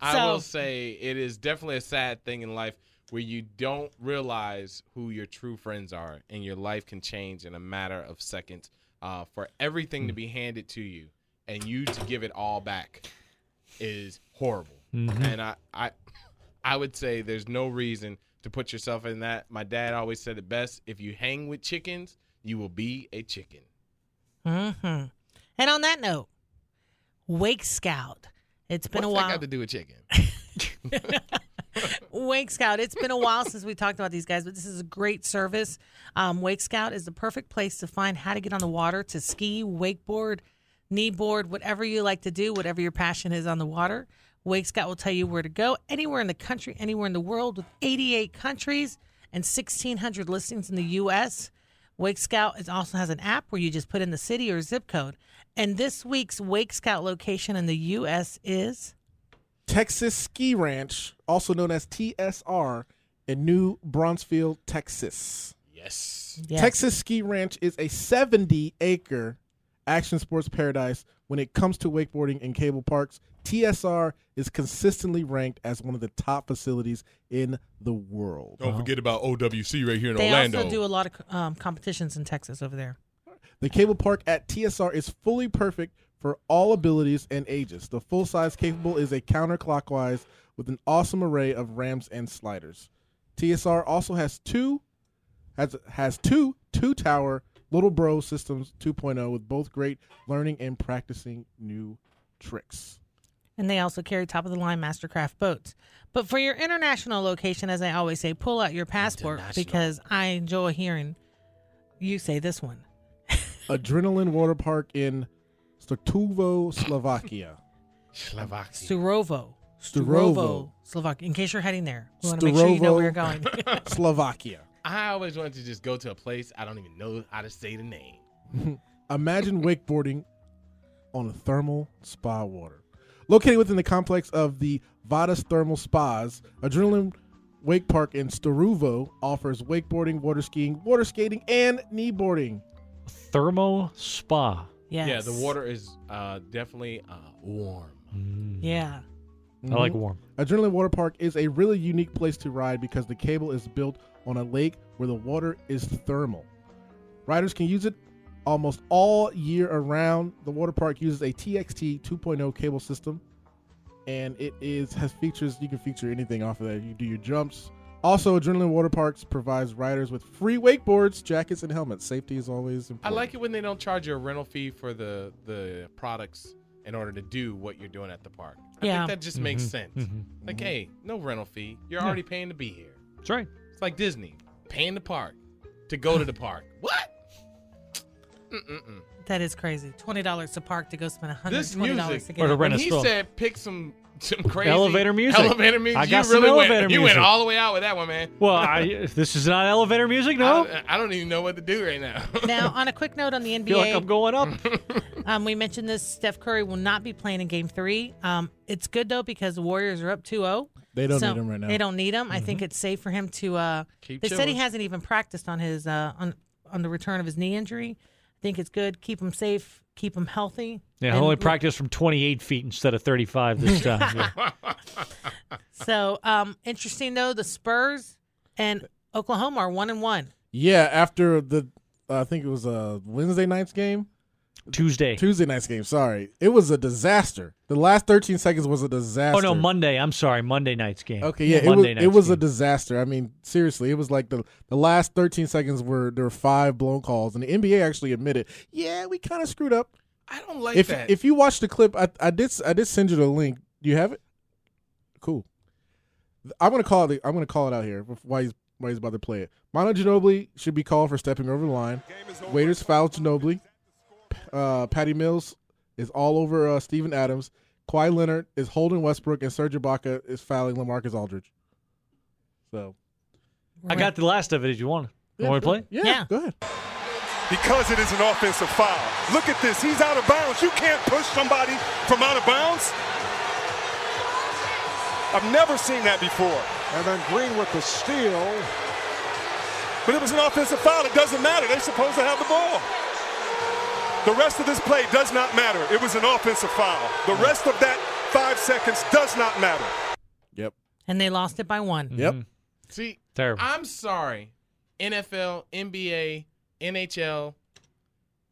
Speaker 1: I
Speaker 2: So-
Speaker 1: will say it is definitely a sad thing in life where you don't realize who your true friends are, and your life can change in a matter of seconds. Uh, for everything to be handed to you and you to give it all back is horrible. And I, I, I would say there's no reason to put yourself in that. My dad always said it best: if you hang with chickens, you will be a chicken.
Speaker 2: Mm-hmm. And on that note, Wake Scout. It's been
Speaker 1: What's
Speaker 2: a while.
Speaker 1: that got to do with
Speaker 2: [LAUGHS]
Speaker 1: chicken?
Speaker 2: Wake Scout. It's been a while since we talked about these guys, but this is a great service. Um, Wake Scout is the perfect place to find how to get on the water to ski, wakeboard, kneeboard, whatever you like to do, whatever your passion is on the water. Wake Scout will tell you where to go anywhere in the country, anywhere in the world, with 88 countries and 1,600 listings in the U.S. Wake Scout is also has an app where you just put in the city or zip code. And this week's Wake Scout location in the U.S. is.
Speaker 3: Texas Ski Ranch, also known as TSR, in New Braunfels, Texas.
Speaker 1: Yes.
Speaker 2: Yes.
Speaker 3: Texas Ski Ranch is a 70 acre action sports paradise when it comes to wakeboarding and cable parks. TSR is consistently ranked as one of the top facilities in the world.
Speaker 5: Don't forget about OWC right here in
Speaker 2: They
Speaker 5: Orlando.
Speaker 2: also do a lot of um, competitions in Texas over there.
Speaker 3: The cable park at TSR is fully perfect for all abilities and ages. The full size capable is a counterclockwise with an awesome array of ramps and sliders. TSR also has two has has two two tower little bro systems 2.0 with both great learning and practicing new tricks.
Speaker 2: And they also carry top of the line Mastercraft boats. But for your international location, as I always say, pull out your passport because I enjoy hearing you say this one.
Speaker 3: Adrenaline Water Park in Stutovo, Slovakia.
Speaker 1: Slovakia.
Speaker 2: Sturovo.
Speaker 3: Sturovo.
Speaker 2: Slovakia. In case you're heading there, we want to make sure you know
Speaker 3: Sturovo.
Speaker 2: where you're
Speaker 4: [LAUGHS]
Speaker 2: going.
Speaker 3: Slovakia.
Speaker 1: I always wanted to just go to a place I don't even know how to say the name.
Speaker 3: Imagine wakeboarding on a thermal spa water. Located within the complex of the Vadas Thermal Spas, Adrenaline Wake Park in Staruvo offers wakeboarding, water skiing, water skating, and kneeboarding.
Speaker 4: Thermo spa.
Speaker 2: Yes.
Speaker 1: Yeah, the water is uh, definitely uh, warm.
Speaker 2: Yeah.
Speaker 4: I like
Speaker 3: Mhm.
Speaker 4: warm.
Speaker 3: Adrenaline Water Park is a really unique place to ride because the cable is built on a lake where the water is thermal. Riders can use it almost all year around. The water park uses a TXT 2.0 cable system, and it is has features you can feature anything off of that. You do your jumps. Also, Adrenaline Water Parks provides riders with free wakeboards, jackets, and helmets. Safety is always important.
Speaker 1: I like it when they don't charge you a rental fee for the the products in order to do what you're doing at the park. I
Speaker 2: Yeah.
Speaker 1: think that just
Speaker 4: Mm-hmm.
Speaker 1: makes sense. Like, hey, no rental fee. You're already paying to be here.
Speaker 4: That's right.
Speaker 1: It's like Disney paying the park to go to the
Speaker 4: [SIGHS]
Speaker 1: park. What?
Speaker 2: That is crazy. $20 to park to go spend $120
Speaker 1: This music-
Speaker 2: to
Speaker 4: Or
Speaker 2: get
Speaker 4: to
Speaker 2: in.
Speaker 4: rent
Speaker 1: When
Speaker 4: a
Speaker 1: he
Speaker 4: stroll.
Speaker 1: said pick some some crazy
Speaker 4: Elevator music.
Speaker 1: Elevator music.
Speaker 4: I got
Speaker 1: you
Speaker 4: some
Speaker 1: really went.
Speaker 4: elevator
Speaker 1: You went
Speaker 4: music.
Speaker 1: all the way out with that one, man.
Speaker 4: Well, I, this is not elevator music, no?
Speaker 3: uh,
Speaker 4: I,
Speaker 1: I, I don't even know what to do right now. [LAUGHS]
Speaker 2: Now, on a quick note on the NBA.
Speaker 4: [LAUGHS] feel like I'm going up.
Speaker 2: Um, we mentioned this. Steph Curry will not be playing in Game Three. Um, it's good though because the Warriors are up oh. 2-0.
Speaker 3: They don't need him right now.
Speaker 2: They don't need him. I
Speaker 4: Mm-hmm.
Speaker 2: think it's safe for him to. Uh,
Speaker 1: Keep
Speaker 2: they said he
Speaker 1: chilling.
Speaker 2: hasn't even practiced on his uh, on on the return of his knee injury. I think it's good. Keep him safe. Keep him healthy.
Speaker 4: Yeah, I
Speaker 2: And
Speaker 4: only
Speaker 2: look-
Speaker 4: practiced from 28 feet instead of 35 [LAUGHS] this time. Yeah.
Speaker 2: So um, interesting though. The Spurs and Oklahoma are one and one.
Speaker 3: Yeah, after the uh, I think it was uh, Wednesday night's game,
Speaker 4: Tuesday.
Speaker 3: Tuesday night's game. Sorry, it was a disaster. The last 13 seconds was a disaster.
Speaker 4: Oh no, Monday. I'm sorry, Monday night's game.
Speaker 3: Okay, yeah, it was,
Speaker 4: Monday
Speaker 3: it was a
Speaker 4: game.
Speaker 3: disaster. I mean, seriously, it was like the the last 13 seconds were there were five blown calls, and the NBA actually admitted, yeah, we kind of screwed up.
Speaker 1: I don't like
Speaker 3: if
Speaker 1: that.
Speaker 3: if you watch the clip, I, I did s- I did send you the link. Do you have it? Cool. I'm gonna call it. I'm gonna call it out here. Why he's why he's about to play it. Mono Ginobili should be called for stepping over the line. Waiters fouled Ginobili. P- Uh, Patty Mills is all over uh, Steven Adams. Kawhi Leonard is holding Westbrook, and Serge Ibaka is fouling LaMarcus Aldridge. So
Speaker 4: I got the last of it. If you want, you want to play?
Speaker 3: yeah,
Speaker 2: Yeah.
Speaker 3: go ahead.
Speaker 8: Because it is an offensive foul. Look at this. He's out of bounds. You can't push somebody from out of bounds. I've never seen that before. And then Green with the steal. But it was an offensive foul. It doesn't matter. They're supposed to have the ball. The rest of this play does not matter. It was an offensive foul. The rest of that five seconds does not matter.
Speaker 3: Yep.
Speaker 2: And they lost it by
Speaker 4: Mm.
Speaker 2: one.
Speaker 3: Yep.
Speaker 1: See,
Speaker 4: Terrible.
Speaker 1: I'm sorry, NFL, NBA, NHL.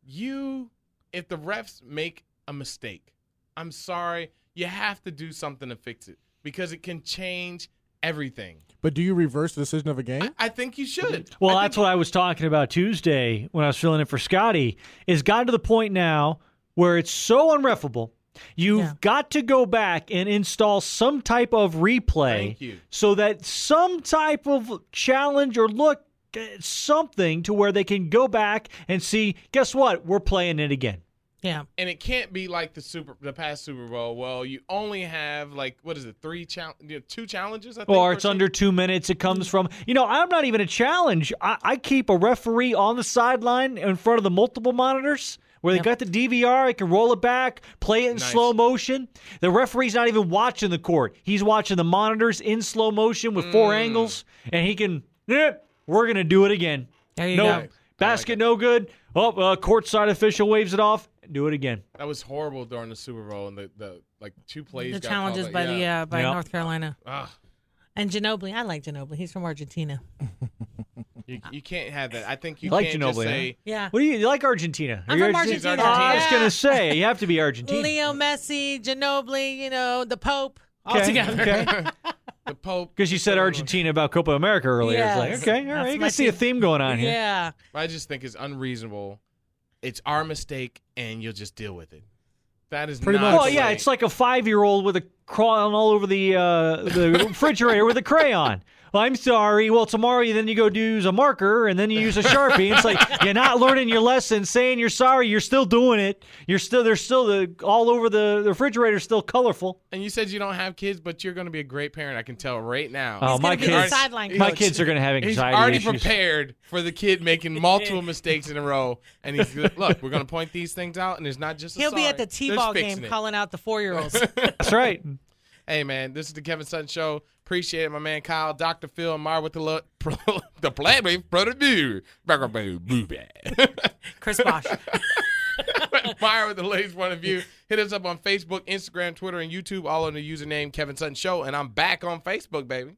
Speaker 1: You, if the refs make a mistake, I'm sorry, you have to do something to fix it because it can change everything.
Speaker 3: But do you reverse the decision of a game?
Speaker 1: I, I think you should.
Speaker 4: Well,
Speaker 1: I
Speaker 4: that's what I was talking about Tuesday when I was filling in for Scotty. It's gotten to the point now where it's so unrefable. You've
Speaker 2: Yeah.
Speaker 4: got to go back and install some type of replay
Speaker 1: Thank you.
Speaker 4: so that some type of challenge or look uh, something to where they can go back and see guess what we're playing it again
Speaker 2: Yeah.
Speaker 1: and it can't be like the super the past Super Bowl. Well, you only have like what is it, three challenge, two challenges? I think,
Speaker 4: or
Speaker 1: per
Speaker 4: it's
Speaker 1: team?
Speaker 4: under two minutes it comes from you know i'm not even a challenge i, I keep a referee on the sideline in front of the multiple monitors where they
Speaker 2: Yep.
Speaker 4: got the dvr i can roll it back play it in
Speaker 1: Nice.
Speaker 4: slow motion the referee's not even watching the court he's watching the monitors in slow motion with four
Speaker 2: Mm.
Speaker 4: angles and he can "Eh, we're gonna do it again
Speaker 2: There you
Speaker 4: no
Speaker 2: go.
Speaker 4: basket no good oh uh, courtside official waves it off do it again
Speaker 1: That was horrible during the Super Bowl and the, the like two plays.
Speaker 2: The
Speaker 1: got
Speaker 2: challenges
Speaker 1: called,
Speaker 2: by
Speaker 1: like,
Speaker 2: the
Speaker 1: yeah.
Speaker 2: uh, by
Speaker 4: Yeah.
Speaker 2: North Carolina
Speaker 1: Ugh,
Speaker 2: and Ginobili. I like Ginobili. He's from Argentina.
Speaker 1: you, you can't have that. I think you
Speaker 4: I like
Speaker 1: can't just
Speaker 4: Ginobili,
Speaker 1: say
Speaker 2: Yeah.
Speaker 4: what do you, you like argentina Are
Speaker 2: I'm
Speaker 4: you
Speaker 2: from
Speaker 4: Argentine?
Speaker 2: Argentina.
Speaker 1: Argentina.
Speaker 4: i was
Speaker 2: Yeah.
Speaker 4: gonna say you have to be argentina
Speaker 2: Leo Messi, Ginobili, you know, the Pope.
Speaker 4: Okay,
Speaker 2: All together.
Speaker 4: okay.
Speaker 1: the Pope
Speaker 4: Because you said Argentina about Copa America earlier.
Speaker 2: Yes.
Speaker 4: It's like, okay, all
Speaker 2: That's
Speaker 4: right. You
Speaker 2: my
Speaker 4: can see a
Speaker 2: team.
Speaker 4: theme going on here.
Speaker 2: Yeah.
Speaker 1: I just think it's unreasonable. It's our mistake, and you'll just deal with it. That is
Speaker 3: Pretty
Speaker 1: not
Speaker 3: much.
Speaker 1: the
Speaker 4: Well, Oh, yeah,
Speaker 1: way-
Speaker 4: it's like a five year old with a crawling all over the, uh,
Speaker 2: [LAUGHS]
Speaker 4: the refrigerator with a crayon. Well, I'm sorry. Well, tomorrow you- then you go do use a marker and then you use a sharpie.
Speaker 2: [LAUGHS]
Speaker 4: It's like you're not learning your lesson, saying you're sorry. You're still doing it. You're still there's still the all over the, the refrigerator still colorful.
Speaker 1: And you said you don't have kids, but you're going to be a great parent. I can tell right now.
Speaker 4: Oh,
Speaker 2: He's
Speaker 4: my
Speaker 2: gonna be the
Speaker 4: kids-
Speaker 2: sideline
Speaker 4: My
Speaker 2: coach.
Speaker 4: kids are gonna have
Speaker 1: He's
Speaker 4: anxiety
Speaker 1: already
Speaker 4: issues.
Speaker 1: prepared for the kid
Speaker 2: [LAUGHS]
Speaker 1: making multiple mistakes in a row, and he's look. We're going to point these things out, and there's not just. A
Speaker 2: He'll be at
Speaker 1: sorry.
Speaker 2: the
Speaker 1: There's
Speaker 2: T-ball
Speaker 1: fixing
Speaker 2: game
Speaker 1: it.
Speaker 2: calling out the four-year-olds.
Speaker 4: That's right.
Speaker 1: Hey man, this is the Kevin Sutton Show. Appreciate it, my man Kyle, Doctor Phil, and Mar with the look, [LAUGHS] pro, the flabby brother dude, Burger boo boo [LAUGHS] bad.
Speaker 2: Chris Bosch.
Speaker 1: Meyer with the latest point of view. Hit us up on Facebook, Instagram, Twitter, and YouTube, all under the username Kevin Sutton Show. And I'm back on Facebook, baby.